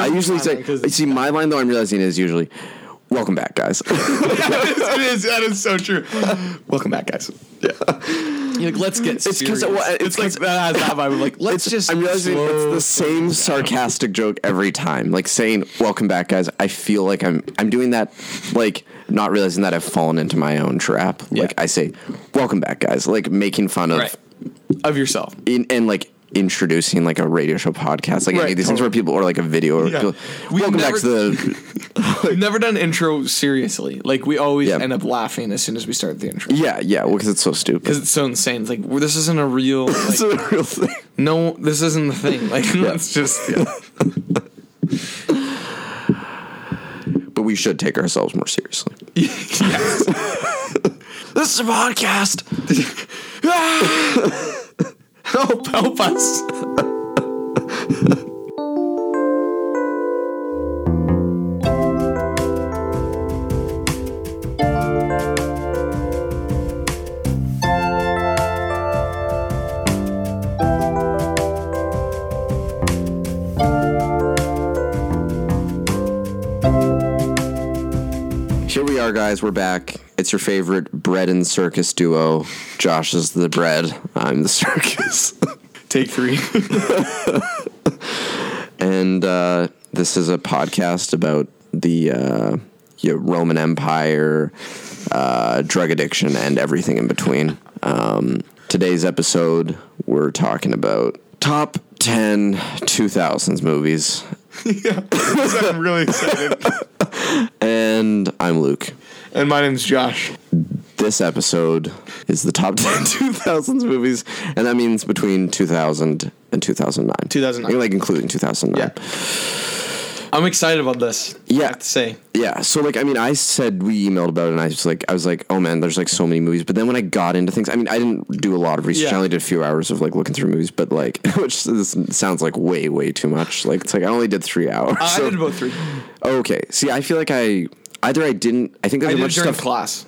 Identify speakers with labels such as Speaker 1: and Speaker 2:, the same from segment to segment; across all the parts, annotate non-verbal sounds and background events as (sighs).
Speaker 1: I usually say, see, my line though I'm realizing is usually, "Welcome back,
Speaker 2: (laughs)
Speaker 1: guys."
Speaker 3: it is, that is so true. Welcome back, guys. Yeah,
Speaker 2: You're like, let's get
Speaker 1: It's 'cause
Speaker 2: serious.
Speaker 1: it wa-
Speaker 2: it's
Speaker 1: it's
Speaker 2: like
Speaker 1: 'cause-
Speaker 2: that has that vibe. Like let's just.
Speaker 1: I'm realizing
Speaker 2: slow-
Speaker 1: it's the same sarcastic joke every time. Like saying "Welcome back, guys." I feel like I'm I'm doing that, like not realizing that I've fallen into my own trap. Like I say, "Welcome back, guys." Like making fun of
Speaker 2: right of yourself.
Speaker 1: in, and like introducing like a radio show podcast, like any
Speaker 2: Right,
Speaker 1: of these things where people or like a video or
Speaker 3: Yeah.
Speaker 1: people,
Speaker 2: We've
Speaker 1: welcome back
Speaker 2: never-
Speaker 1: to
Speaker 2: (laughs)
Speaker 1: the
Speaker 2: We've never done intro seriously. Like we always
Speaker 1: Yeah.
Speaker 2: end up laughing as soon as we start the intro.
Speaker 1: yeah yeah because it's so
Speaker 2: Because
Speaker 1: stupid.
Speaker 2: it's so insane. It's like well, this isn't a (laughs) real. Like,
Speaker 1: It's a real thing.
Speaker 2: no, this isn't the thing. Like it's just.
Speaker 1: But we should take ourselves more seriously.
Speaker 2: (laughs) Yes. (laughs) this is a podcast. Ah! help, help us.
Speaker 1: Here we are, guys. We're back. It's your favorite bread and circus duo. Josh is the bread. I'm the (laughs) circus.
Speaker 2: Take (laughs) three.
Speaker 1: and uh, this is a podcast about the uh, yeah, Roman Empire, uh, drug addiction, and everything in between. Um, today's episode, we're talking about top 10 2000s movies.
Speaker 3: I'm really excited.
Speaker 1: And I'm Luke.
Speaker 3: and my name's Josh.
Speaker 1: This episode is the top (laughs) 10 2000s movies, and that means between 2000 and 2009.
Speaker 2: 2009.
Speaker 1: Like, including 2009.
Speaker 2: Yeah. I'm excited about this. I
Speaker 1: Yeah.
Speaker 2: have to say.
Speaker 1: Yeah, so like I mean, I said we emailed about it, and I was like, I was like, oh man, there's like so many movies. But then when I got into things, I mean, I didn't do a lot of research.
Speaker 2: Yeah.
Speaker 1: I only did a few hours of like looking through movies, but like, (laughs) which this sounds like way, way too much. Like it's like I only did three hours.
Speaker 2: I
Speaker 1: so-
Speaker 2: did about three.
Speaker 1: Okay, see, I feel like I either I didn't. I think there's
Speaker 2: I
Speaker 1: a
Speaker 2: did it
Speaker 1: bunch of
Speaker 2: during
Speaker 1: stuff.
Speaker 2: class.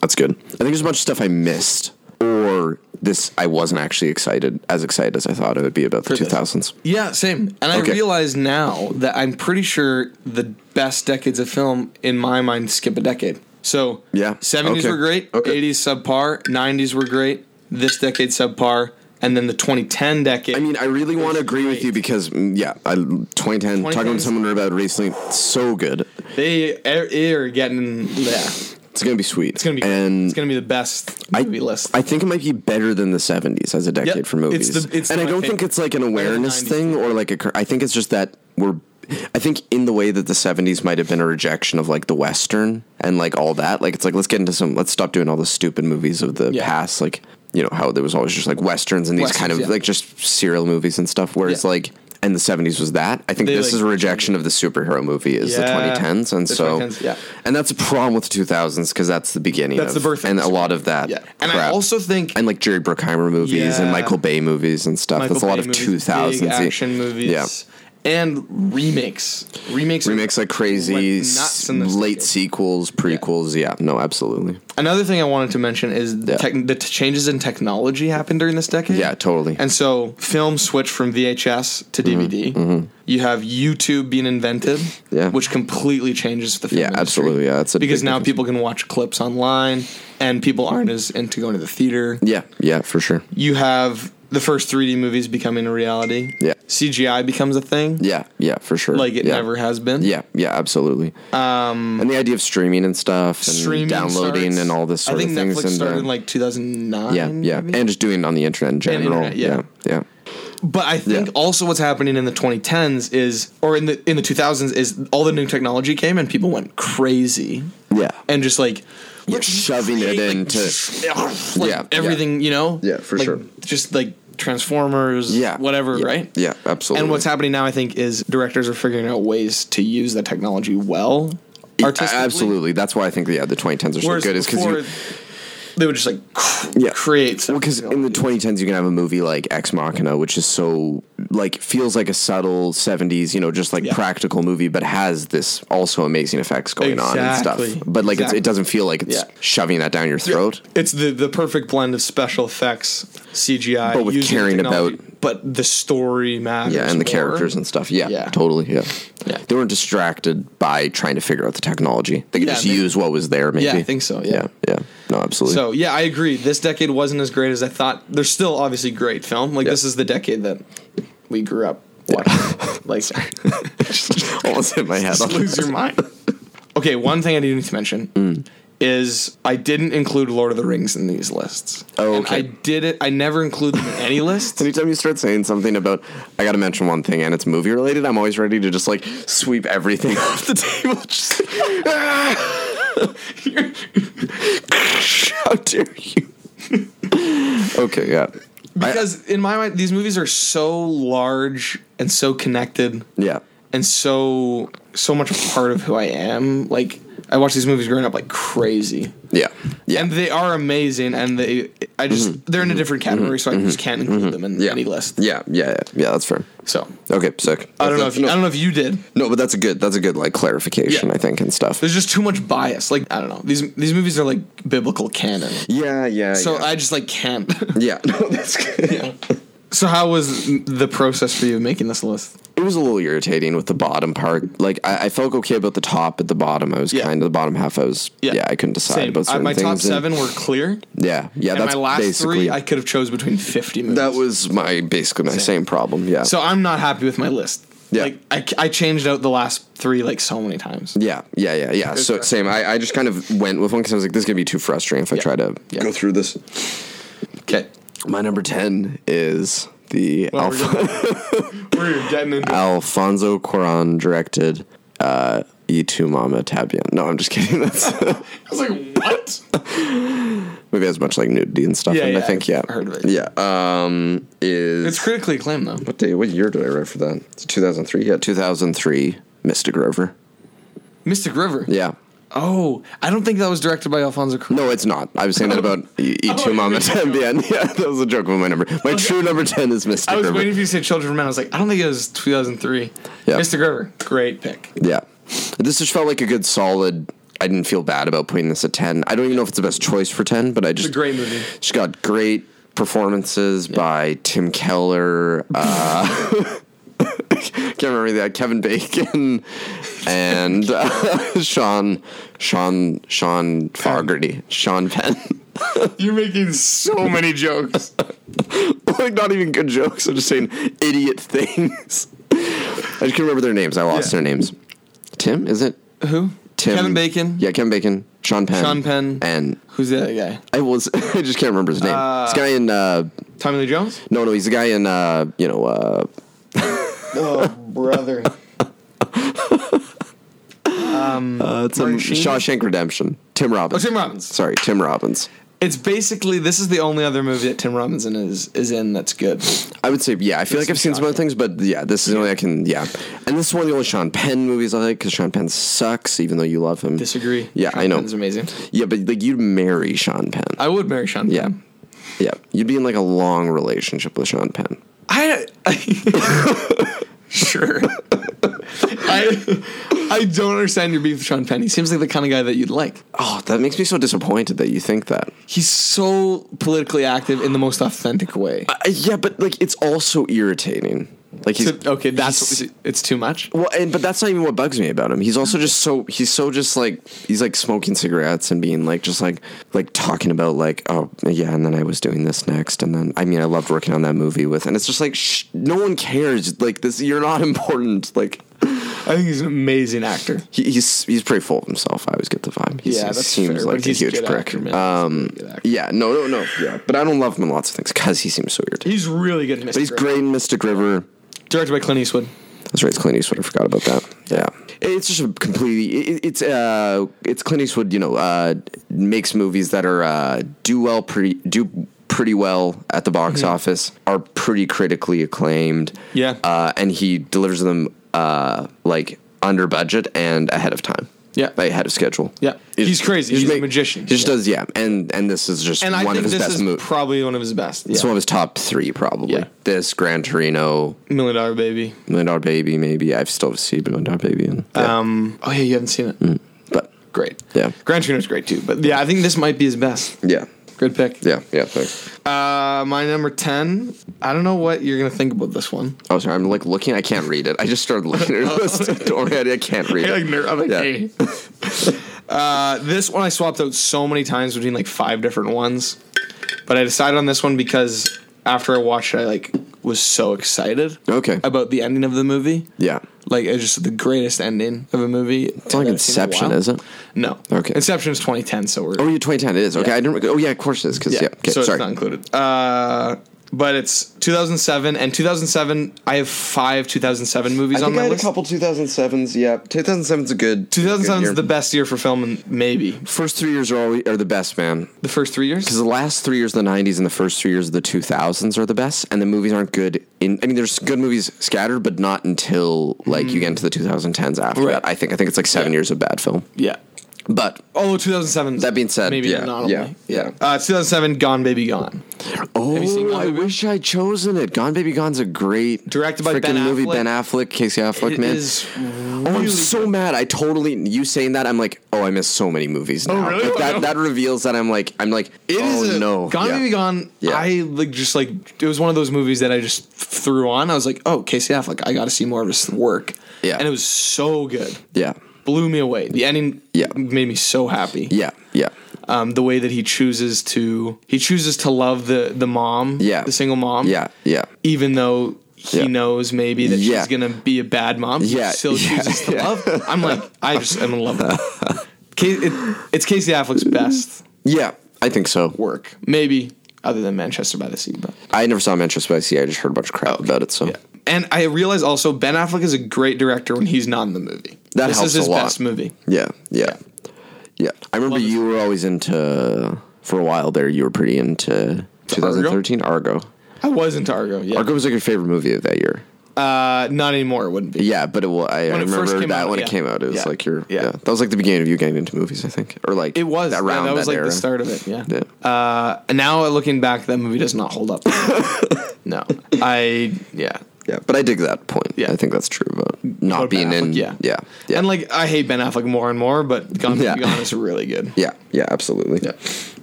Speaker 1: That's good. I think there's a bunch of stuff I missed, or this I wasn't actually excited as excited as I thought it would be about the
Speaker 2: For
Speaker 1: two
Speaker 2: this.
Speaker 1: thousands.
Speaker 2: Yeah, same. And I
Speaker 1: Okay.
Speaker 2: realize now that I'm pretty sure the best decades of film in my mind skip a decade. So
Speaker 1: Yeah,
Speaker 2: 70s
Speaker 1: okay,
Speaker 2: were great,
Speaker 1: okay.
Speaker 2: 80s subpar, 90s were great, this decade subpar, and then the 2010 decade.
Speaker 1: I mean, I really want to agree with you because, mm, yeah, I, 2010, talking
Speaker 2: 2010
Speaker 1: to
Speaker 2: 's-
Speaker 1: someone about it recently, so good.
Speaker 2: They are, are getting yeah.
Speaker 1: It's gonna be sweet.
Speaker 2: It's gonna be
Speaker 1: and
Speaker 2: it's gonna be the best
Speaker 1: I-
Speaker 2: movie list.
Speaker 1: I think it might be better than the '70s as a decade
Speaker 2: Yep.
Speaker 1: for movies.
Speaker 2: It's the- it's
Speaker 1: and I
Speaker 2: my
Speaker 1: don't
Speaker 2: favorite.
Speaker 1: think it's like an
Speaker 2: than
Speaker 1: awareness
Speaker 2: 90s.
Speaker 1: thing or like a. cur- I think it's just that we're. I think in the way that the '70s might have been a rejection of like the Western and like all that. Like it's like let's get into some. Let's stop doing all the stupid movies of the
Speaker 2: Yeah.
Speaker 1: past. Like you know how there was always just like westerns and these kind of
Speaker 2: Westerns, yeah.
Speaker 1: like just serial movies and stuff. Whereas
Speaker 2: Yeah.
Speaker 1: like. And the '70s was that. I think
Speaker 2: They,
Speaker 1: this
Speaker 2: like-
Speaker 1: is a rejection of the superhero movie is
Speaker 2: Yeah.
Speaker 1: the 2010s, and
Speaker 2: The
Speaker 1: so
Speaker 2: 2010s, yeah.
Speaker 1: and that's a problem with the 2000s because that's the beginning.
Speaker 2: That's
Speaker 1: of-
Speaker 2: the birth of
Speaker 1: and
Speaker 2: the
Speaker 1: a lot of that.
Speaker 2: yeah. And I
Speaker 1: crap
Speaker 2: also think
Speaker 1: and like Jerry Bruckheimer movies
Speaker 2: Yeah.
Speaker 1: and Michael Bay movies and stuff.
Speaker 2: Michael
Speaker 1: That's a lot
Speaker 2: Bay
Speaker 1: of
Speaker 2: movies,
Speaker 1: two
Speaker 2: big
Speaker 1: thousands
Speaker 2: action movies.
Speaker 1: Yeah,
Speaker 2: And remakes. Remakes are-
Speaker 1: remakes like crazy,
Speaker 2: Went nuts
Speaker 1: s-
Speaker 2: in this
Speaker 1: late
Speaker 2: decade.
Speaker 1: sequels, prequels. Yeah. no, absolutely.
Speaker 2: Another thing I wanted to mention is the,
Speaker 1: Yeah.
Speaker 2: tech, the t- changes in technology happened during this decade.
Speaker 1: Yeah, Mm-hmm. totally.
Speaker 2: And so film switched from VHS to DVD. You have YouTube being invented,
Speaker 1: Yeah.
Speaker 2: which completely changes the film
Speaker 1: Yeah,
Speaker 2: industry.
Speaker 1: absolutely, yeah, that's a
Speaker 2: because
Speaker 1: big
Speaker 2: now
Speaker 1: difference.
Speaker 2: people can watch clips online, and people aren't as into going to the theater.
Speaker 1: Yeah, yeah, for sure.
Speaker 2: You have the first 3D movies becoming a reality.
Speaker 1: Yeah.
Speaker 2: CGI becomes a thing.
Speaker 1: Yeah, yeah, for sure.
Speaker 2: Like it
Speaker 1: yeah.
Speaker 2: never has been.
Speaker 1: Yeah, yeah, absolutely. Um, and the idea of streaming and stuff, and
Speaker 2: Streaming
Speaker 1: downloading,
Speaker 2: starts-
Speaker 1: and all this sort
Speaker 2: I think
Speaker 1: of things.
Speaker 2: Netflix
Speaker 1: and,
Speaker 2: started
Speaker 1: uh,
Speaker 2: in like 2009.
Speaker 1: yeah, yeah,
Speaker 2: maybe?
Speaker 1: and just doing it on the internet in general.
Speaker 2: internet, yeah.
Speaker 1: yeah, yeah.
Speaker 2: But I think
Speaker 1: Yeah.
Speaker 2: also what's happening in the 2010s is, or in the in the 2000s is, all the new technology came and people went crazy
Speaker 1: Yeah.
Speaker 2: and just like
Speaker 1: Yeah, shoving it into
Speaker 2: (laughs) like
Speaker 1: Yeah, yeah.
Speaker 2: everything, you know,
Speaker 1: Yeah, for
Speaker 2: Like,
Speaker 1: sure.
Speaker 2: just like Transformers,
Speaker 1: yeah,
Speaker 2: whatever,
Speaker 1: yeah,
Speaker 2: right?
Speaker 1: Yeah, absolutely.
Speaker 2: And what's happening now, I think, is directors are figuring out ways to use the technology well, artistically.
Speaker 1: Absolutely. That's why I think yeah, the 2010s are so
Speaker 2: Whereas
Speaker 1: good is because
Speaker 2: before,
Speaker 1: you
Speaker 2: they would just like
Speaker 1: Yeah.
Speaker 2: create.
Speaker 1: well, because
Speaker 2: something
Speaker 1: in the
Speaker 2: else.
Speaker 1: 2010s you can have a movie like Ex Machina, which is so like feels like a subtle 70s, you know, just like
Speaker 2: Yeah.
Speaker 1: practical movie, but has this also amazing effects going on and
Speaker 2: Exactly.
Speaker 1: stuff. But like it's,
Speaker 2: Exactly.
Speaker 1: it doesn't feel like it's
Speaker 2: Yeah.
Speaker 1: shoving that down your throat,
Speaker 2: It's the the perfect blend of special effects, CGI,
Speaker 1: but with
Speaker 2: using
Speaker 1: caring
Speaker 2: technology.
Speaker 1: about
Speaker 2: but the story matters.
Speaker 1: yeah, and the
Speaker 2: more.
Speaker 1: characters and stuff. Yeah,
Speaker 2: Yeah.
Speaker 1: totally. Yeah.
Speaker 2: Yeah.
Speaker 1: they weren't distracted by trying to figure out the technology. They could
Speaker 2: Yeah,
Speaker 1: just
Speaker 2: they-
Speaker 1: use what was there. Maybe.
Speaker 2: Yeah, I think so. Yeah.
Speaker 1: yeah, yeah. No, absolutely.
Speaker 2: So yeah, I agree. This decade wasn't as great as I thought. There's still obviously great film. Like this is the decade that we grew up watching.
Speaker 1: (laughs)
Speaker 2: like
Speaker 1: (laughs) almost hit my head.
Speaker 2: (laughs) just lose your mind. Okay, one thing I do need to mention
Speaker 1: Mm.
Speaker 2: is I didn't include Lord of the Rings in these lists.
Speaker 1: Oh,
Speaker 2: And
Speaker 1: okay.
Speaker 2: I did it. I never include them in
Speaker 1: (laughs)
Speaker 2: any list.
Speaker 1: Anytime you start saying something about, I got to mention one thing, and it's movie related. I'm always ready to just like sweep everything (laughs) off the table. Just, "Ah!" (laughs) how dare you? okay, yeah, I,
Speaker 2: Because in my mind, these movies are so large and so connected
Speaker 1: yeah,
Speaker 2: and so so much a part of who I am. Like I watched these movies growing up like crazy.
Speaker 1: yeah, yeah. Mm-hmm.
Speaker 2: and they are amazing and they i just they're in a different category so i just can't include them in
Speaker 1: yeah.
Speaker 2: any list
Speaker 1: Yeah, yeah, yeah, yeah. That's fair.
Speaker 2: so
Speaker 1: Okay, sick.
Speaker 2: i don't know if you,
Speaker 1: no,
Speaker 2: i don't know if you did
Speaker 1: no, but that's a good. That's a good like clarification,
Speaker 2: Yeah.
Speaker 1: I think, and stuff.
Speaker 2: there's just too much bias like i don't know these these movies are like biblical canon
Speaker 1: Yeah, yeah.
Speaker 2: so
Speaker 1: yeah.
Speaker 2: i just like can't (laughs)
Speaker 1: yeah, (laughs) no, that's good.
Speaker 2: so how was the process for you of making this list
Speaker 1: it was a little irritating with the bottom part. Like I, I felt okay about the top, but the bottom I was
Speaker 2: Yeah.
Speaker 1: kind of the bottom half. I was yeah, I couldn't decide
Speaker 2: Same.
Speaker 1: about
Speaker 2: I-
Speaker 1: certain
Speaker 2: my
Speaker 1: things.
Speaker 2: top
Speaker 1: and-
Speaker 2: seven were clear
Speaker 1: yeah, yeah.
Speaker 2: and
Speaker 1: that's
Speaker 2: my last
Speaker 1: basically
Speaker 2: three i could have chose between 50 movies
Speaker 1: that was my basically my same, problem. Yeah,
Speaker 2: so i'm not happy with my list
Speaker 1: Yeah.
Speaker 2: like I, I changed out the last three like so many times
Speaker 1: yeah, yeah, yeah, yeah. So
Speaker 2: that.
Speaker 1: same. I, I just kind of went with one because I was like, this is gonna be too frustrating if I try to
Speaker 2: Yeah.
Speaker 1: go through this.
Speaker 2: okay
Speaker 1: My number ten is the
Speaker 2: well, we're,
Speaker 1: Alpha. (laughs)
Speaker 2: getting, we're getting into
Speaker 1: Alfonso Cuarón directed uh, E2 Mama Tabian. No, I'm just kidding. (laughs) That's
Speaker 2: I was like, what?
Speaker 1: maybe has much like nudity and stuff.
Speaker 2: Yeah,
Speaker 1: and I
Speaker 2: yeah,
Speaker 1: think yeah,
Speaker 2: I've heard of it.
Speaker 1: Yeah, um, is
Speaker 2: It's critically acclaimed though.
Speaker 1: what day? What year did I write for that? It's 2003. Yeah, 2003. Mystic River.
Speaker 2: Mystic River.
Speaker 1: Yeah.
Speaker 2: Oh, I don't think that was directed by Alfonso Cuarón.
Speaker 1: No, it's not. I was saying that
Speaker 2: (laughs)
Speaker 1: about E- E2
Speaker 2: Oh,
Speaker 1: Mama
Speaker 2: yeah.
Speaker 1: Tabian. (laughs) Yeah, that was a joke with my number. My true number ten is Mystic
Speaker 2: I was
Speaker 1: River.
Speaker 2: waiting for you to say Children of Men. I was like, I don't think it was 2003.
Speaker 1: Yeah.
Speaker 2: Mystic River. Great pick.
Speaker 1: Yeah. This just felt like a good solid. I didn't feel bad about putting this at 10. I don't even know if it's the best choice for 10, but I just.
Speaker 2: a great movie.
Speaker 1: She got great performances by Tim Keller. Uh, (laughs) can't remember that. Kevin Bacon and uh, (laughs) Sean, Sean, Sean Fogarty. Sean Penn.
Speaker 3: You're making so many jokes.
Speaker 1: (laughs) like, not even good jokes. I'm just saying idiot things. I just can't remember their names. I lost
Speaker 2: Yeah.
Speaker 1: their names. Tim, is it?
Speaker 2: Who?
Speaker 1: Tim
Speaker 2: Kevin Bacon.
Speaker 1: Yeah, Kevin Bacon. Sean Penn.
Speaker 2: Sean Penn.
Speaker 1: And
Speaker 2: Who's the other guy?
Speaker 1: I was (laughs) I just can't remember his name. this guy in uh
Speaker 2: Tommy Lee Jones.
Speaker 1: no no he's the guy in uh you know uh
Speaker 2: Oh, brother.
Speaker 1: uh it's um,
Speaker 2: Martin Sheen?
Speaker 1: Shawshank Redemption. Tim Robbins.
Speaker 2: (laughs) Oh, Tim Robbins.
Speaker 1: Sorry, Tim Robbins.
Speaker 2: It's basically this is the only other movie that Tim Robinson is is in that's good.
Speaker 1: I would say yeah. I feel like I've seen some other
Speaker 2: Shawshank.
Speaker 1: things, but yeah, this is the only I can yeah. And this is one of the only Sean Penn movies I like because Sean Penn sucks, even though you love him.
Speaker 2: Disagree.
Speaker 1: Yeah,
Speaker 2: Sean
Speaker 1: I know.
Speaker 2: Penn's amazing.
Speaker 1: Yeah, but like you'd marry Sean Penn.
Speaker 2: I would marry Sean.
Speaker 1: yeah,
Speaker 2: Penn.
Speaker 1: yeah. You'd be in like a long relationship with Sean Penn.
Speaker 2: I, (laughs) sure. I I don't understand your beef with Sean Penn. He seems like the kind of guy that you'd like.
Speaker 1: Oh, that makes me so disappointed that you think that.
Speaker 2: He's so politically active in the most authentic way.
Speaker 1: Uh, yeah, but like it's also irritating. Like he's
Speaker 2: To- okay, that's
Speaker 1: he's-
Speaker 2: it's too much.
Speaker 1: well, and but that's not even what bugs me about him. He's also just so he's so just like he's like smoking cigarettes and being like just like like talking about like oh yeah, and then I was doing this next, and then I mean I loved working on that movie with, and it's just like shh, no one cares. Like this, you're not (laughs) important. Like
Speaker 2: I think he's an amazing actor.
Speaker 1: he, he's he's pretty full of himself. I always get the vibe. He
Speaker 2: Yeah,
Speaker 1: se-
Speaker 2: that's
Speaker 1: seems
Speaker 2: fair,
Speaker 1: like
Speaker 2: but
Speaker 1: a
Speaker 2: he's a
Speaker 1: huge
Speaker 2: good
Speaker 1: prick.
Speaker 2: actor, man. He's a
Speaker 1: um,
Speaker 2: really good actor.
Speaker 1: yeah, no, no, no, yeah, but I don't love him in lots of things because he seems so weird.
Speaker 2: He's really good. In Mr.
Speaker 1: But he's great in Mystic River.
Speaker 2: Directed by Clint Eastwood.
Speaker 1: That's right. It's Clint Eastwood. I forgot about that. Yeah, it's just a completely. It, it- it's uh, it's Clint Eastwood. You know, uh, makes movies that are uh, do well pretty do pretty well at the box office, are pretty critically acclaimed.
Speaker 2: Mm-hmm. Yeah.
Speaker 1: uh, and he delivers them uh, like under budget and ahead of time.
Speaker 2: Yeah.
Speaker 1: like, ahead of schedule.
Speaker 2: Yeah. He's crazy.
Speaker 1: just
Speaker 2: He's a magician.
Speaker 1: He just does. Yeah, and and this is just
Speaker 2: And I
Speaker 1: one of
Speaker 2: think
Speaker 1: his
Speaker 2: this
Speaker 1: best
Speaker 2: is
Speaker 1: movies.
Speaker 2: probably one of his best.
Speaker 1: It's
Speaker 2: Yeah.
Speaker 1: one of his top three, probably.
Speaker 2: Yeah.
Speaker 1: This Gran Torino,
Speaker 2: Million Dollar Baby.
Speaker 1: Million Dollar Baby, maybe. I've still seen Million Dollar Baby. And, yeah.
Speaker 2: Um. Oh yeah, you haven't seen it.
Speaker 1: but
Speaker 2: Great.
Speaker 1: Yeah.
Speaker 2: Gran Torino's great too. But yeah, I think this might be his best.
Speaker 1: yeah,
Speaker 2: Good pick.
Speaker 1: Yeah, yeah, thanks.
Speaker 2: Uh, my number 10. I don't know what you're going to think about this one.
Speaker 1: Oh, sorry. I'm like looking. I can't read it. I just started looking at (laughs) this. Don't worry, I can't read
Speaker 2: You're
Speaker 1: it.
Speaker 2: like, ner- I'm like,
Speaker 1: Yeah.
Speaker 2: hey. (laughs) uh, this one I swapped out so many times between like five different ones, but I decided on this one because after I watched it, I like was so excited.
Speaker 1: Okay.
Speaker 2: About the ending of the movie.
Speaker 1: Yeah.
Speaker 2: Like it's just the greatest ending of a movie.
Speaker 1: It's not like Inception, is it?
Speaker 2: No.
Speaker 1: Okay.
Speaker 2: Inception is 2010, so we're
Speaker 1: Oh, you're 2010. It is. Okay. I didn't. Oh, yeah, of course it is. Because, yeah. Okay,
Speaker 2: so
Speaker 1: sorry.
Speaker 2: it's not included. Uh, but it's 2007 and 2007. I have five 2007 movies on my list.
Speaker 1: 2007s. Yeah. 2007's a good.
Speaker 2: 2007 is
Speaker 1: good
Speaker 2: the
Speaker 1: year.
Speaker 2: best year for film, and maybe
Speaker 1: First three years are, always, are the best, man.
Speaker 2: the first three years.
Speaker 1: Because the last three years of the 90s and the first three years of the 2000s are the best, and the movies aren't good. In I mean, there's good movies scattered, but not until like you get into the 2010s. After
Speaker 2: Right.
Speaker 1: that, I think I think it's like seven years of bad film.
Speaker 2: Yeah.
Speaker 1: But
Speaker 2: Oh, 2007. 's
Speaker 1: That being said,
Speaker 2: maybe
Speaker 1: yeah,
Speaker 2: not
Speaker 1: yeah,
Speaker 2: only.
Speaker 1: yeah.
Speaker 2: Uh, 2007, Gone Baby Gone. you seen
Speaker 1: oh,
Speaker 2: Gone
Speaker 1: I
Speaker 2: Baby?
Speaker 1: wish I'd chosen it. Gone Baby Gone's a great
Speaker 2: Directed by
Speaker 1: freaking
Speaker 2: Ben
Speaker 1: movie.
Speaker 2: Affleck.
Speaker 1: Ben Affleck, Casey Affleck,
Speaker 2: It
Speaker 1: man.
Speaker 2: is
Speaker 1: Oh, I'm
Speaker 2: really
Speaker 1: so mad. I totally you saying that. I'm like, oh, I miss so many movies now.
Speaker 2: really?
Speaker 1: Like, that
Speaker 2: Oh, no.
Speaker 1: that reveals that I'm like, I'm like,
Speaker 2: It
Speaker 1: oh
Speaker 2: is a-
Speaker 1: no,
Speaker 2: Gone
Speaker 1: Yeah.
Speaker 2: Baby Gone.
Speaker 1: Yeah.
Speaker 2: I like just like it was one of those movies that I just threw on. I was like, oh, Casey Affleck. I got to see more of his work.
Speaker 1: Yeah.
Speaker 2: And it was so good.
Speaker 1: Yeah,
Speaker 2: Blew me away. The ending
Speaker 1: Yeah.
Speaker 2: made me so happy.
Speaker 1: yeah, yeah,
Speaker 2: Um, the way that he chooses to he chooses to love the the mom.
Speaker 1: Yeah.
Speaker 2: The single mom.
Speaker 1: yeah, yeah.
Speaker 2: Even though. He
Speaker 1: Yeah.
Speaker 2: knows maybe that
Speaker 1: Yeah.
Speaker 2: she's gonna be a bad mom. He
Speaker 1: Yeah,
Speaker 2: still
Speaker 1: (laughs) yeah,
Speaker 2: chooses to love. I'm like, I just am in love with that.
Speaker 1: (laughs)
Speaker 2: Ca- it, it's Casey Affleck's best
Speaker 1: Yeah, I think so.
Speaker 2: work, maybe other than Manchester by the Sea. But
Speaker 1: I never saw Manchester by the Sea. I just heard a bunch of
Speaker 2: Oh,
Speaker 1: crap about it. So
Speaker 2: and I realize also Ben Affleck is a great director when he's not in the movie.
Speaker 1: That
Speaker 2: this
Speaker 1: helps
Speaker 2: is his
Speaker 1: a lot.
Speaker 2: best movie.
Speaker 1: yeah, yeah, yeah. I remember
Speaker 2: Love it.
Speaker 1: you were always into for a while there. You were pretty into 2013 Argo.
Speaker 2: I was into Argo. Yeah,
Speaker 1: Argo was like your favorite movie of that year.
Speaker 2: Uh, not anymore. It wouldn't be.
Speaker 1: Yeah, but it was, I, I
Speaker 2: When it first
Speaker 1: remember
Speaker 2: came
Speaker 1: that
Speaker 2: out,
Speaker 1: when
Speaker 2: yeah.
Speaker 1: it came out. It was
Speaker 2: Yeah.
Speaker 1: like your
Speaker 2: Yeah.
Speaker 1: yeah. That was like the beginning of you getting into movies, I think, or like
Speaker 2: It was
Speaker 1: that round
Speaker 2: Yeah, that was like
Speaker 1: era.
Speaker 2: the start of it. Yeah.
Speaker 1: Yeah.
Speaker 2: Uh, and now looking back, that movie does not
Speaker 1: (laughs)
Speaker 2: hold up. no, I yeah.
Speaker 1: Yeah, but I dig that point.
Speaker 2: Yeah.
Speaker 1: I think that's true about not
Speaker 2: About Ben
Speaker 1: being in.
Speaker 2: Affleck, yeah.
Speaker 1: yeah, yeah,
Speaker 2: And like I hate Ben Affleck more and more, but Gone
Speaker 1: Yeah.
Speaker 2: Baby Gone is really good.
Speaker 1: yeah, yeah, absolutely.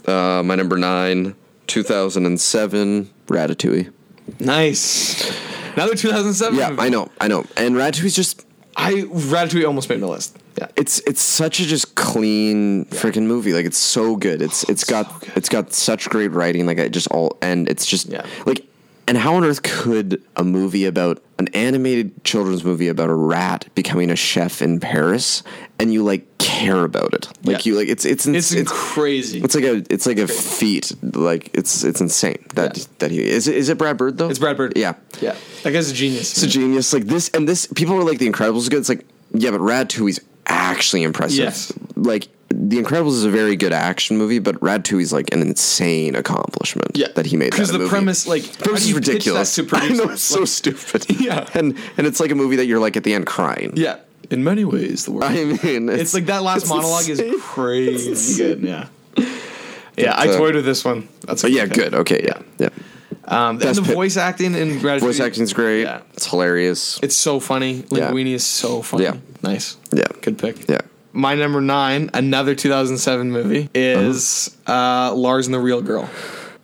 Speaker 1: Uh, my number nine, 2007, Ratatouille.
Speaker 2: Nice. Another 2007.
Speaker 1: Yeah,
Speaker 2: movie.
Speaker 1: I know, I know. And Ratatouille's just
Speaker 2: I Ratatouille almost made my list. Yeah.
Speaker 1: it's it's such a just clean freaking movie. Like it's so good. It's
Speaker 2: Oh,
Speaker 1: it's got it's got such great writing. Like I just all and it's just
Speaker 2: Yeah.
Speaker 1: like and how on earth could a movie about an animated children's movie about a rat becoming a chef in Paris and you like care about it? Like
Speaker 2: Yeah.
Speaker 1: you like it's it's ins-
Speaker 2: It's, crazy.
Speaker 1: it's like a it's like a feat. Like it's it's insane that
Speaker 2: Yeah.
Speaker 1: that he is. It, is it Brad Bird though?
Speaker 2: It's Brad Bird.
Speaker 1: Yeah,
Speaker 2: yeah. That guy's a genius.
Speaker 1: it's a genius. Like this and this. People were like the Incredibles is good. It's like yeah, but Ratatouille's actually impressive.
Speaker 2: Yes.
Speaker 1: Like the Incredibles is a very good action movie, but Ratatouille's like an insane accomplishment.
Speaker 2: Yeah.
Speaker 1: that he made
Speaker 2: Because
Speaker 1: that a
Speaker 2: the
Speaker 1: movie.
Speaker 2: premise, like,
Speaker 1: The premise
Speaker 2: how do
Speaker 1: is
Speaker 2: you pitch that
Speaker 1: ridiculous. (laughs)
Speaker 2: to producers?
Speaker 1: I know it's so
Speaker 2: Like-
Speaker 1: stupid.
Speaker 2: (laughs) Yeah.
Speaker 1: and and it's like a movie that you're like at the end crying.
Speaker 2: Yeah. In many ways, the world.
Speaker 1: (laughs) I mean,
Speaker 2: it's, like that
Speaker 1: (laughs)
Speaker 2: last
Speaker 1: it's
Speaker 2: monologue
Speaker 1: insane.
Speaker 2: is crazy good. Yeah. Yeah, I
Speaker 1: uh,
Speaker 2: toyed with this one. That's
Speaker 1: But yeah, good. Okay, yeah, yeah.
Speaker 2: Um, and
Speaker 1: Best
Speaker 2: the
Speaker 1: pick.
Speaker 2: voice acting in Ratatouille.
Speaker 1: Voice acting's great.
Speaker 2: Yeah.
Speaker 1: It's hilarious.
Speaker 2: It's so funny.
Speaker 1: Yeah.
Speaker 2: Linguini is so funny.
Speaker 1: Yeah.
Speaker 2: Nice.
Speaker 1: Yeah.
Speaker 2: Good pick.
Speaker 1: Yeah.
Speaker 2: My number nine, another 2007 movie, is
Speaker 1: Uh-huh.
Speaker 2: uh, Lars and the Real Girl.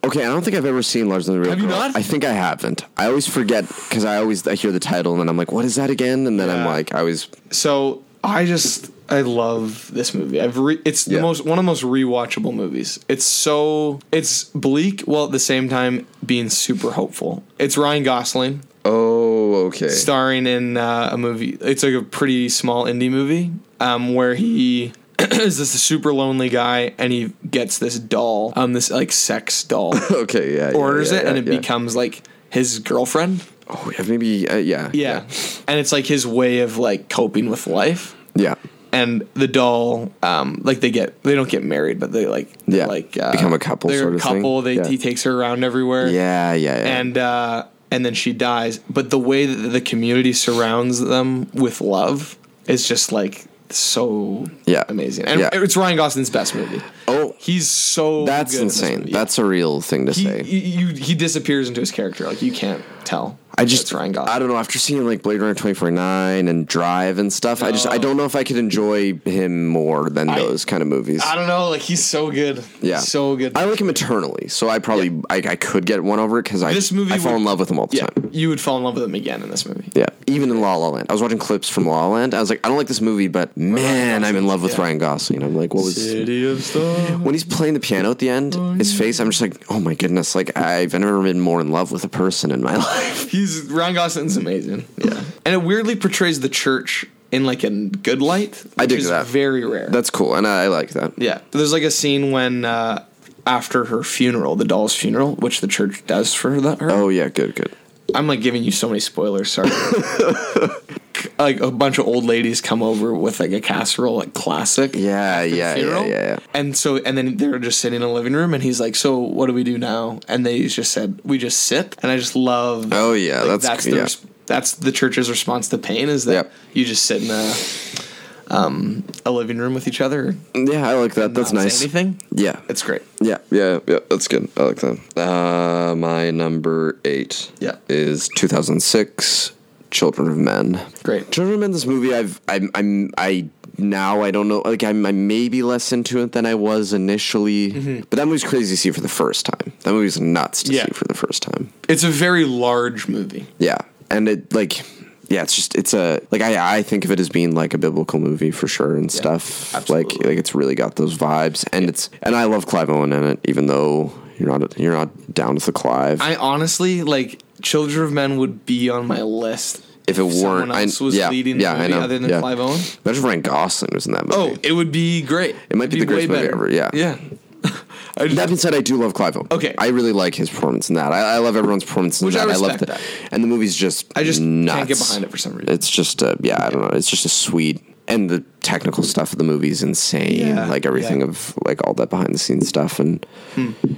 Speaker 1: Okay, I don't think I've ever seen Lars than the Real
Speaker 2: Have you
Speaker 1: Girl.
Speaker 2: not?
Speaker 1: I think I haven't. I always forget because I always I hear the title and then I'm like, what is that again? And then I'm
Speaker 2: Yeah.
Speaker 1: like, I was
Speaker 2: So I just I love this movie. I've re- it's
Speaker 1: Yeah.
Speaker 2: the most one of the most rewatchable movies. It's so it's bleak while at the same time being super hopeful. It's Ryan Gosling
Speaker 1: oh okay.
Speaker 2: starring in uh, a movie. It's like a pretty small indie movie um, where he (clears throat) is this super lonely guy and he gets this doll, um, this like sex doll,
Speaker 1: (laughs) Okay, (laughs) yeah. yeah,
Speaker 2: orders
Speaker 1: yeah,
Speaker 2: it
Speaker 1: yeah,
Speaker 2: and it
Speaker 1: yeah.
Speaker 2: becomes like his girlfriend.
Speaker 1: oh yeah, maybe uh, yeah,
Speaker 2: Yeah. And it's like his way of like coping with life.
Speaker 1: yeah,
Speaker 2: and the doll um like they get they don't get married but they like they
Speaker 1: Yeah.
Speaker 2: like uh,
Speaker 1: Become a couple
Speaker 2: they're
Speaker 1: sort
Speaker 2: a
Speaker 1: of thing.
Speaker 2: couple they
Speaker 1: Yeah.
Speaker 2: he takes her around everywhere
Speaker 1: yeah, yeah, yeah.
Speaker 2: and uh and then she dies but the way that the community surrounds them with love is just like so
Speaker 1: Yeah.
Speaker 2: amazing and
Speaker 1: Yeah.
Speaker 2: it's Ryan Gosling's best movie
Speaker 1: oh,
Speaker 2: He's so
Speaker 1: That's
Speaker 2: good in this
Speaker 1: insane.
Speaker 2: movie.
Speaker 1: That's a real thing to
Speaker 2: he,
Speaker 1: say.
Speaker 2: you, he disappears into his character. Like you can't tell.
Speaker 1: I just
Speaker 2: that's Ryan Gosling.
Speaker 1: I don't know. After seeing like Blade Runner twenty forty nine and Drive and stuff, I just I don't know if I could enjoy him more than those kind of movies.
Speaker 2: I don't know. Like he's so good.
Speaker 1: yeah,
Speaker 2: so good.
Speaker 1: I like him eternally, so I probably I, I could get one over it because I
Speaker 2: This movie
Speaker 1: I fall
Speaker 2: would-
Speaker 1: in love with him all the
Speaker 2: yeah,
Speaker 1: time.
Speaker 2: you would fall in love with him again in this movie.
Speaker 1: Yeah, even in La La Land, I was watching clips from La La Land. I was like, I don't like this movie, but man, I'm in love with Ryan Gosling. I'm like, what was
Speaker 2: City of Stars.
Speaker 1: when he's playing the piano at the end? His face, I'm just like, oh my goodness, like I've never been more in love with a person in my (laughs) life.
Speaker 2: He's Ryan Gosling's amazing. Yeah, and it weirdly portrays the church in like a good light.
Speaker 1: I
Speaker 2: which
Speaker 1: dig
Speaker 2: is
Speaker 1: that.
Speaker 2: Very rare.
Speaker 1: That's cool, and I, I like that.
Speaker 2: Yeah. There's like a scene when uh, after her funeral, the doll's funeral, which the church does for the, her.
Speaker 1: Oh yeah, good, good.
Speaker 2: I'm like giving you so many
Speaker 1: (laughs)
Speaker 2: spoilers. Sorry. like a bunch of old ladies come over with like a casserole, like classic.
Speaker 1: Yeah, yeah, yeah,
Speaker 2: funeral.
Speaker 1: yeah, yeah.
Speaker 2: And so, and then they're just sitting in the living room, and he's like, "So, what do we do now?" And they just said, "We just sit." And I just love.
Speaker 1: Oh, yeah,
Speaker 2: like,
Speaker 1: that's-
Speaker 2: the
Speaker 1: yeah.
Speaker 2: res- that's the church's response to pain is that
Speaker 1: Yep.
Speaker 2: you just sit in a um a living room with each other.
Speaker 1: Yeah, I like that. That's
Speaker 2: not say
Speaker 1: nice.
Speaker 2: Anything?
Speaker 1: Yeah.
Speaker 2: It's great.
Speaker 1: yeah, yeah, yeah. That's good. I like that. Uh, my number eight.
Speaker 2: Yeah.
Speaker 1: Is 2006 Children of Men.
Speaker 2: Great.
Speaker 1: Children of Men. This movie, I've, I'm, I'm, I now I don't know. Like I'm, I'm maybe less into it than I was initially. But that movie's crazy to see for the first time. That movie's nuts to
Speaker 2: Mm-hmm. Yeah.
Speaker 1: see for the first time.
Speaker 2: It's a very large movie.
Speaker 1: Yeah, and it like. Yeah, it's just it's a like I I think of it as being like a biblical movie for sure and stuff. Like
Speaker 2: absolutely.
Speaker 1: like it's really got those vibes and it's and I love Clive Owen in it, even though you're not you're not down with the Clive.
Speaker 2: I honestly like Children of Men would be on my list
Speaker 1: if it
Speaker 2: someone
Speaker 1: weren't, I,
Speaker 2: else was
Speaker 1: yeah,
Speaker 2: leading the
Speaker 1: yeah, I
Speaker 2: movie
Speaker 1: know,
Speaker 2: other than
Speaker 1: yeah.
Speaker 2: Clive Owen.
Speaker 1: Imagine if Ryan Gosling was in that movie.
Speaker 2: Oh, it would be great.
Speaker 1: It might
Speaker 2: It'd
Speaker 1: be the greatest
Speaker 2: way
Speaker 1: movie ever, yeah.
Speaker 2: Yeah. I just,
Speaker 1: That being said, I do love Clive Owen.
Speaker 2: Okay.
Speaker 1: I really like his performance in that. I, I love everyone's performance in
Speaker 2: Which I
Speaker 1: that. love
Speaker 2: respect
Speaker 1: the,
Speaker 2: that.
Speaker 1: and the movie's just
Speaker 2: I just
Speaker 1: nuts.
Speaker 2: can't get behind it for some reason.
Speaker 1: It's just a yeah, I don't know. It's just a sweet and the technical stuff of the movie is insane.
Speaker 2: Yeah,
Speaker 1: like everything
Speaker 2: yeah.
Speaker 1: of like all that behind the scenes stuff and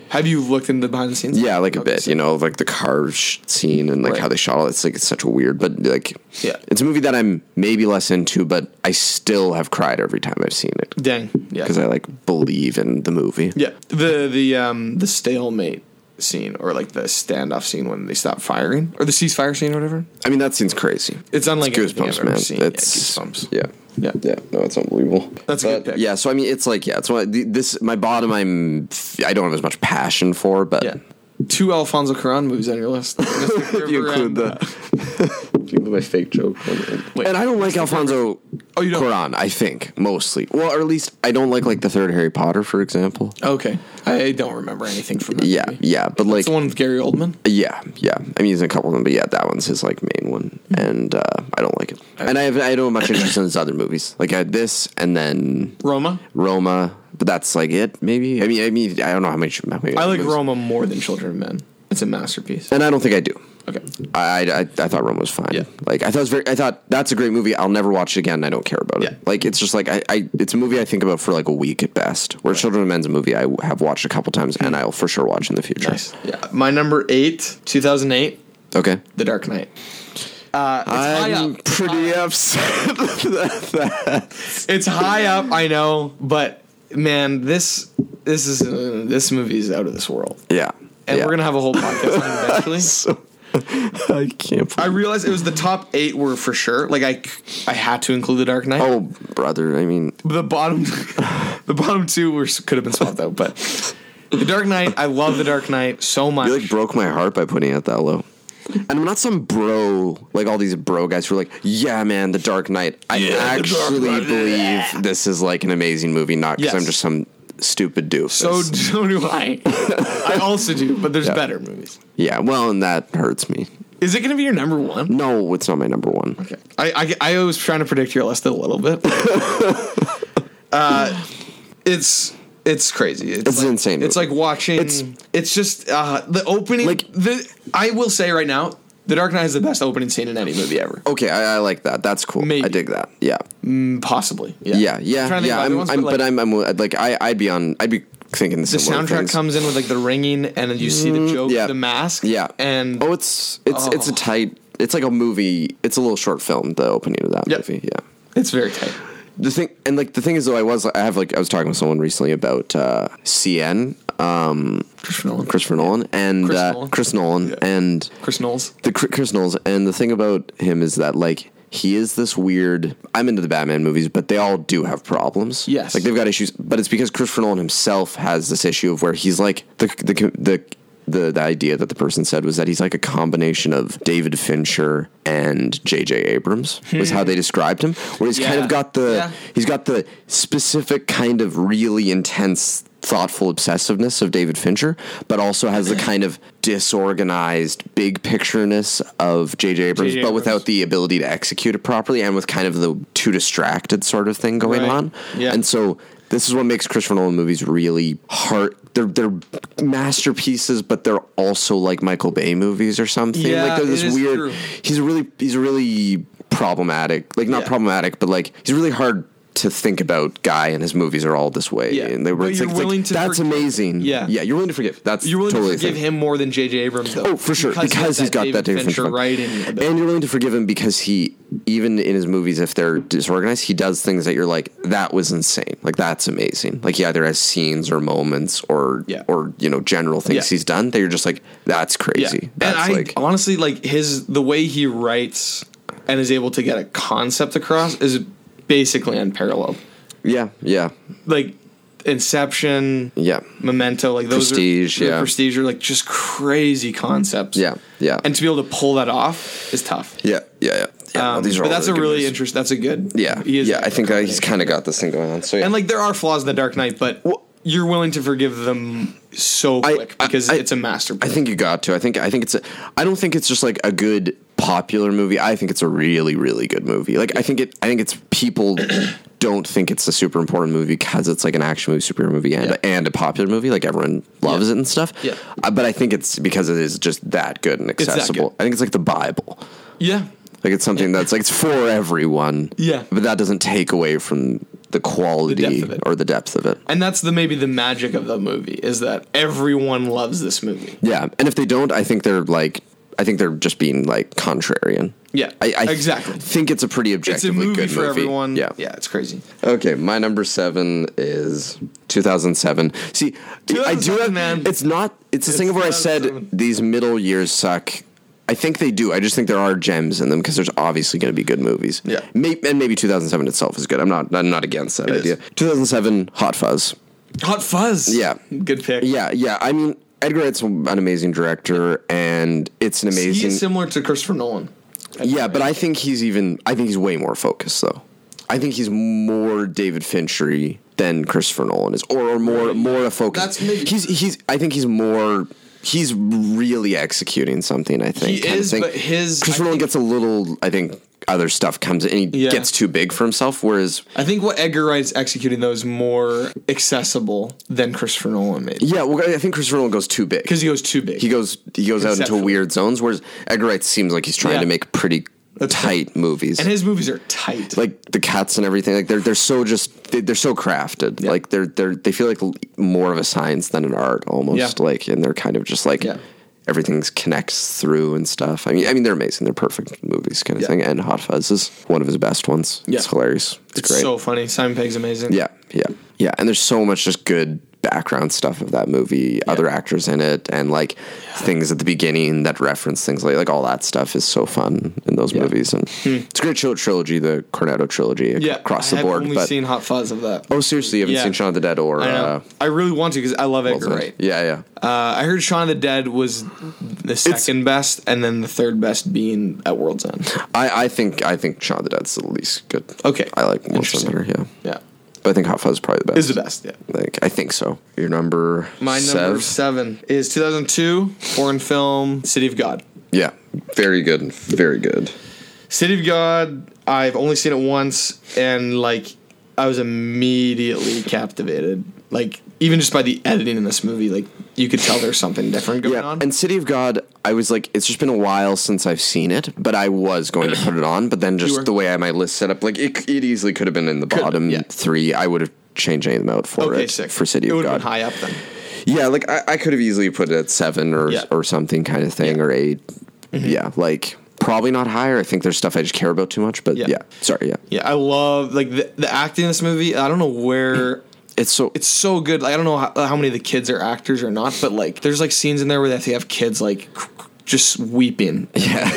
Speaker 2: Have you looked into the behind the scenes?
Speaker 1: yeah, like a
Speaker 2: Okay,
Speaker 1: bit,
Speaker 2: so-
Speaker 1: you know, like the car sh- scene and like
Speaker 2: Right.
Speaker 1: how they shot all. It's like it's such a weird, but like
Speaker 2: Yeah.
Speaker 1: it's a movie that I'm maybe less into, but I still have cried every time I've seen it
Speaker 2: Dang. Yeah.
Speaker 1: because I like believe in the movie.
Speaker 2: yeah. The the um the stalemate scene or like the standoff scene when they stop firing or the ceasefire scene or whatever.
Speaker 1: I mean that scene's crazy.
Speaker 2: It's unlike anything I've
Speaker 1: goosebumps,
Speaker 2: ever
Speaker 1: man.
Speaker 2: seen.
Speaker 1: It's
Speaker 2: yeah, goosebumps.
Speaker 1: yeah,
Speaker 2: Yeah.
Speaker 1: yeah. No, it's unbelievable.
Speaker 2: That's a good pick.
Speaker 1: Yeah, so I mean, it's like yeah, it's one. the- This my bottom. I'm I don't have as much passion for, but
Speaker 2: Yeah. Two Alfonso Cuarón movies on
Speaker 1: (laughs)
Speaker 2: your list. Mystic
Speaker 1: you
Speaker 2: River
Speaker 1: include
Speaker 2: and, uh,
Speaker 1: the. (laughs) you include my fake joke.
Speaker 2: Wait.
Speaker 1: and I don't like Alfonso
Speaker 2: Oh, you don't?
Speaker 1: Cuarón. I think mostly, well, or at least I don't like like the third Harry Potter, for example.
Speaker 2: Okay. I don't remember anything from that.
Speaker 1: Yeah,
Speaker 2: movie.
Speaker 1: yeah, but like
Speaker 2: It's the one with Gary Oldman.
Speaker 1: Yeah, yeah. I mean, he's in a couple of them, but yeah, that one's his like main one,
Speaker 2: Mm-hmm.
Speaker 1: and uh, I don't like it. And I have I don't have much interest in his other movies. Like I had this, and then
Speaker 2: Roma.
Speaker 1: Roma, but that's like it. Maybe I mean I mean I don't know how much. How many
Speaker 2: I like
Speaker 1: movies.
Speaker 2: Roma more than Children of Men. It's a masterpiece.
Speaker 1: and I don't think I do.
Speaker 2: Okay.
Speaker 1: I, I, I I thought Roma was fine.
Speaker 2: Yeah.
Speaker 1: Like I thought it was very. I thought that's a great movie. I'll never watch it again. I don't care about it.
Speaker 2: Yeah.
Speaker 1: Like it's just like I, I. It's a movie I think about for like a week at best. Where Children of Men's a movie I have watched a couple times
Speaker 2: Hmm.
Speaker 1: and I'll for sure watch in the future.
Speaker 2: Yeah. My number eight, 2008,
Speaker 1: Okay.
Speaker 2: The Dark Knight. Uh, it's high
Speaker 1: I'm
Speaker 2: up.
Speaker 1: pretty upset. (laughs)
Speaker 2: It's high up. I know, but man, this this is uh, this movie is out of this world,
Speaker 1: yeah.
Speaker 2: and
Speaker 1: yeah.
Speaker 2: we're gonna have a whole
Speaker 1: (laughs)
Speaker 2: podcast on it eventually.
Speaker 1: So, (laughs) I can't.
Speaker 2: I
Speaker 1: believe-
Speaker 2: realized it was the top eight were for sure. Like I, I had to include The Dark Knight.
Speaker 1: oh, brother. I mean,
Speaker 2: the bottom (laughs) the bottom two were could have been swapped out, but The Dark Knight, I love The Dark Knight so much.
Speaker 1: You like broke my heart by putting it that low. And I'm not some bro like all these bro guys who are like, yeah, man, The Dark Knight. I
Speaker 2: The Dark
Speaker 1: actually
Speaker 2: Knight,
Speaker 1: believe this is like an amazing movie, not because
Speaker 2: Yes.
Speaker 1: I'm just some stupid doofus.
Speaker 2: so (laughs) so do I. I also do, but there's better movies.
Speaker 1: yeah, well, and that hurts me.
Speaker 2: Is it going to be your number one?
Speaker 1: No, it's not my number one.
Speaker 2: Okay. I, I, I was trying to predict your list a
Speaker 1: (laughs)
Speaker 2: little bit. uh, it's it's crazy. It's,
Speaker 1: It's
Speaker 2: like,
Speaker 1: insane
Speaker 2: It's
Speaker 1: movie.
Speaker 2: like watching. It's
Speaker 1: It's-
Speaker 2: it's just uh, the opening.
Speaker 1: Like-
Speaker 2: Like the I will say right now, The Dark Knight is the best opening scene in any movie ever.
Speaker 1: Okay, I, I like that. That's cool. I
Speaker 2: Maybe.
Speaker 1: dig that. Yeah,
Speaker 2: Mm, possibly.
Speaker 1: yeah,
Speaker 2: I'm
Speaker 1: yeah,
Speaker 2: trying to think
Speaker 1: yeah.
Speaker 2: of other
Speaker 1: I'm,
Speaker 2: ones,
Speaker 1: I'm,
Speaker 2: but,
Speaker 1: but,
Speaker 2: like,
Speaker 1: I'm, I'm like, I, I'd be on. I'd be thinking the
Speaker 2: the
Speaker 1: similar
Speaker 2: soundtrack
Speaker 1: things. Mm,
Speaker 2: comes in with like the ringing, and then you see the joke,
Speaker 1: yeah.
Speaker 2: the mask,
Speaker 1: Yeah,
Speaker 2: and
Speaker 1: oh, it's it's it's a
Speaker 2: Oh.
Speaker 1: tight. It's like a movie. It's a little short film. The opening of that
Speaker 2: Yep.
Speaker 1: movie. Yeah.
Speaker 2: it's very tight.
Speaker 1: the thing and like the thing is though I was I have like I was talking with someone recently about uh CN um
Speaker 2: Christopher Nolan.
Speaker 1: Christopher Nolan and
Speaker 2: Chris
Speaker 1: uh,
Speaker 2: Nolan.
Speaker 1: Chris Nolan and
Speaker 2: Chris Knowles.
Speaker 1: the Cr- Chris Knowles, and the thing about him is that like he is this weird. I'm into the Batman movies, but they all do have problems.
Speaker 2: Yes.
Speaker 1: like they've got issues, but it's because Christopher Nolan himself has this issue of where he's like the the the. The, the idea that the person said was that he's like a combination of David Fincher and J.J. Abrams was
Speaker 2: (laughs)
Speaker 1: how they described him. Where he's kind
Speaker 2: Yeah.
Speaker 1: of got the
Speaker 2: Yeah.
Speaker 1: he's got the specific kind of really intense thoughtful obsessiveness of David Fincher but also has the kind of disorganized big pictureness of JJ Abrams
Speaker 2: J.J.
Speaker 1: but
Speaker 2: Abrams.
Speaker 1: without the ability to execute it properly and with kind of the too distracted sort of thing going
Speaker 2: Right.
Speaker 1: on
Speaker 2: Yeah.
Speaker 1: and so this is what makes Christopher Nolan movies really hard they're they're masterpieces but they're also like Michael Bay movies or something
Speaker 2: Yeah,
Speaker 1: like they're
Speaker 2: it
Speaker 1: this
Speaker 2: is
Speaker 1: weird
Speaker 2: true.
Speaker 1: he's really he's really problematic like not
Speaker 2: Yeah.
Speaker 1: problematic but like he's really hard to think about guy and his movies are all this way
Speaker 2: Yeah.
Speaker 1: and they were
Speaker 2: But
Speaker 1: it's
Speaker 2: you're
Speaker 1: like, it's like,
Speaker 2: willing to
Speaker 1: that's
Speaker 2: forgive-
Speaker 1: amazing
Speaker 2: Yeah.
Speaker 1: yeah you're willing to forgive that's
Speaker 2: You're willing
Speaker 1: totally a
Speaker 2: to forgive
Speaker 1: thing.
Speaker 2: him more than J.J. Abrams, though.
Speaker 1: Oh, for sure, because,
Speaker 2: he
Speaker 1: he's got that David Fincher, vibe.
Speaker 2: writing.
Speaker 1: and
Speaker 2: ability.
Speaker 1: you're willing to forgive him because he, even in his movies, if they're disorganized, he does things that you're like, that was insane. Like that's amazing. Like he either has scenes or moments or
Speaker 2: Yeah.
Speaker 1: or you know general things
Speaker 2: Yeah.
Speaker 1: he's done that you're just like, that's crazy.
Speaker 2: And
Speaker 1: That's
Speaker 2: I
Speaker 1: like
Speaker 2: honestly like his the way he writes and is able to get a concept across is basically unparalleled.
Speaker 1: yeah, yeah,
Speaker 2: Like Inception,
Speaker 1: yeah,
Speaker 2: Memento, like those
Speaker 1: Prestige,
Speaker 2: are, the
Speaker 1: yeah.
Speaker 2: Prestige are like just crazy concepts.
Speaker 1: yeah, yeah,
Speaker 2: And to be able to pull that off is tough.
Speaker 1: yeah, yeah, yeah. yeah.
Speaker 2: Um,
Speaker 1: no, these are
Speaker 2: but
Speaker 1: all
Speaker 2: that's a
Speaker 1: good
Speaker 2: really
Speaker 1: movies.
Speaker 2: interesting. That's a good.
Speaker 1: Yeah,
Speaker 2: he is
Speaker 1: yeah. I think that he's kind of got this thing going on. So yeah.
Speaker 2: and like there are flaws in the Dark Knight, but you're willing to forgive them so
Speaker 1: I-
Speaker 2: quick because
Speaker 1: I- I-
Speaker 2: it's a masterpiece.
Speaker 1: I think you got to. I think I think it's. A, I don't think it's just like a good popular movie. I think it's a really really good movie. Like I think it. I think it's
Speaker 2: (clears throat)
Speaker 1: people don't think it's a super important movie because it's like an action movie, superhero movie, and
Speaker 2: Yeah.
Speaker 1: and a popular movie. Like everyone loves
Speaker 2: Yeah.
Speaker 1: it and stuff.
Speaker 2: Yeah.
Speaker 1: Uh, but I think it's because it is just that good and
Speaker 2: that
Speaker 1: accessible.
Speaker 2: good.
Speaker 1: I think it's like the Bible.
Speaker 2: yeah,
Speaker 1: Like it's something that's like it's for everyone.
Speaker 2: Yeah.
Speaker 1: But that doesn't take away from the quality
Speaker 2: of it.
Speaker 1: or the depth of it.
Speaker 2: and that's the maybe the magic of the movie is that everyone loves this movie.
Speaker 1: Yeah, and if they don't, I think they're like, I think they're just being like contrarian.
Speaker 2: Yeah,
Speaker 1: I, I
Speaker 2: exactly.
Speaker 1: think it's a pretty
Speaker 2: It's a
Speaker 1: objectively
Speaker 2: movie
Speaker 1: good
Speaker 2: for
Speaker 1: movie.
Speaker 2: everyone.
Speaker 1: Yeah.
Speaker 2: yeah, it's crazy.
Speaker 1: Okay, my number seven is 2007. See, I do
Speaker 2: 2007,
Speaker 1: have.
Speaker 2: man.
Speaker 1: It's not. It's a
Speaker 2: It's
Speaker 1: thing of where I
Speaker 2: 2007.
Speaker 1: said these middle years suck. I think they do. I just think there are gems in them because there's obviously going to be good movies.
Speaker 2: Yeah.
Speaker 1: May, and maybe 2007 itself is good. I'm not. I'm not against that
Speaker 2: It
Speaker 1: idea.
Speaker 2: is.
Speaker 1: 2007, Hot Fuzz.
Speaker 2: Hot Fuzz.
Speaker 1: Yeah.
Speaker 2: good pick.
Speaker 1: Yeah, yeah. I mean, Edgar Wright's an amazing director, and it's an
Speaker 2: he
Speaker 1: amazing.
Speaker 2: is similar to Christopher Nolan.
Speaker 1: yeah, but I think he's even. I think he's way more focused, though. I think he's more David Finchery than Christopher Nolan is, or, or more more a focus.
Speaker 2: That's maybe-
Speaker 1: He's he's. I think he's more. He's really executing something. I think
Speaker 2: He
Speaker 1: kind of
Speaker 2: is,
Speaker 1: thing.
Speaker 2: but his-
Speaker 1: Christopher
Speaker 2: I
Speaker 1: Nolan gets a little. I think other stuff comes in, and he
Speaker 2: Yeah.
Speaker 1: gets too big for himself. Whereas
Speaker 2: I think what Edgar Wright's executing though is more accessible than Christopher Nolan maybe
Speaker 1: yeah, well, I think Christopher Nolan goes too big
Speaker 2: because he goes too big.
Speaker 1: he goes he goes out into
Speaker 2: Conceptually.
Speaker 1: weird zones. Whereas Edgar Wright seems like he's trying
Speaker 2: Yeah.
Speaker 1: to make pretty
Speaker 2: That's
Speaker 1: tight movies,
Speaker 2: and his movies are tight.
Speaker 1: (laughs) like the cats and everything. Like they're they're so just they, they're so crafted. Like they're they're they feel like l- more of a science than an art almost.
Speaker 2: Yeah.
Speaker 1: Like and they're kind of just like.
Speaker 2: Yeah.
Speaker 1: Everything's connects through and stuff. I mean, I mean, they're amazing. They're perfect movies, kind of
Speaker 2: Yeah.
Speaker 1: thing. And Hot Fuzz is one of his best ones.
Speaker 2: Yeah.
Speaker 1: It's hilarious. It's,
Speaker 2: it's
Speaker 1: great.
Speaker 2: so funny. Simon Pegg's amazing.
Speaker 1: Yeah, yeah, yeah. And there's so much just good background stuff of that movie, other actors in it, and like things at the beginning that reference things like like all that stuff is so fun in those movies. And it's a great tri- trilogy, the Cornetto trilogy ac-
Speaker 2: Hmm. yeah.
Speaker 1: across
Speaker 2: I
Speaker 1: the
Speaker 2: have
Speaker 1: board.
Speaker 2: Only
Speaker 1: But
Speaker 2: seen Hot Fuzz of that.
Speaker 1: oh, seriously, you haven't
Speaker 2: Yeah.
Speaker 1: seen Shaun of the Dead or
Speaker 2: I know.
Speaker 1: uh,
Speaker 2: I really want to because I love Edgar
Speaker 1: Ultimate-
Speaker 2: Wright.
Speaker 1: Yeah, yeah.
Speaker 2: Uh, I heard Shaun of the Dead was the second best, and then the third best being at World's End.
Speaker 1: I, I think I think Shaun of the Dead's the least good.
Speaker 2: Okay.
Speaker 1: I like more
Speaker 2: Interesting.
Speaker 1: better. Yeah,
Speaker 2: Yeah,
Speaker 1: but I think Hot Fuzz is probably the best.
Speaker 2: is the best. Yeah.
Speaker 1: Like I think so. Your number.
Speaker 2: My number
Speaker 1: seven?
Speaker 2: seven is 2002 foreign film City of God.
Speaker 1: Yeah, very good. Very good.
Speaker 2: City of God. I've only seen it once, and like I was immediately captivated. Like even just by the editing in this movie, like you could tell there's something different going on.
Speaker 1: And City of God, I was like, it's just been a while since I've seen it, but I was going to put it on. But then
Speaker 2: were?
Speaker 1: just the way I my list set up, like it, it easily could have been in the bottom
Speaker 2: yeah.
Speaker 1: three. I would have changed any of them out for
Speaker 2: okay,
Speaker 1: it
Speaker 2: sick.
Speaker 1: for City
Speaker 2: it
Speaker 1: of
Speaker 2: would've
Speaker 1: God.
Speaker 2: been high up then.
Speaker 1: Yeah, like I, I could have easily put it at seven or
Speaker 2: Yeah. Mm-hmm.
Speaker 1: or something kind of thing
Speaker 2: Yeah.
Speaker 1: or 8 Yeah, like Probably not higher. I think there's stuff I just care about too much. But
Speaker 2: Yeah.
Speaker 1: yeah, sorry. Yeah,
Speaker 2: Yeah, I love like the, the acting in this movie. I don't know where
Speaker 1: it's so
Speaker 2: it's so good. Like, I don't know how, how many of the kids are actors or not, but like there's like scenes in there where they have to have kids like just
Speaker 1: (laughs)
Speaker 2: weeping,
Speaker 1: (laughs) yeah.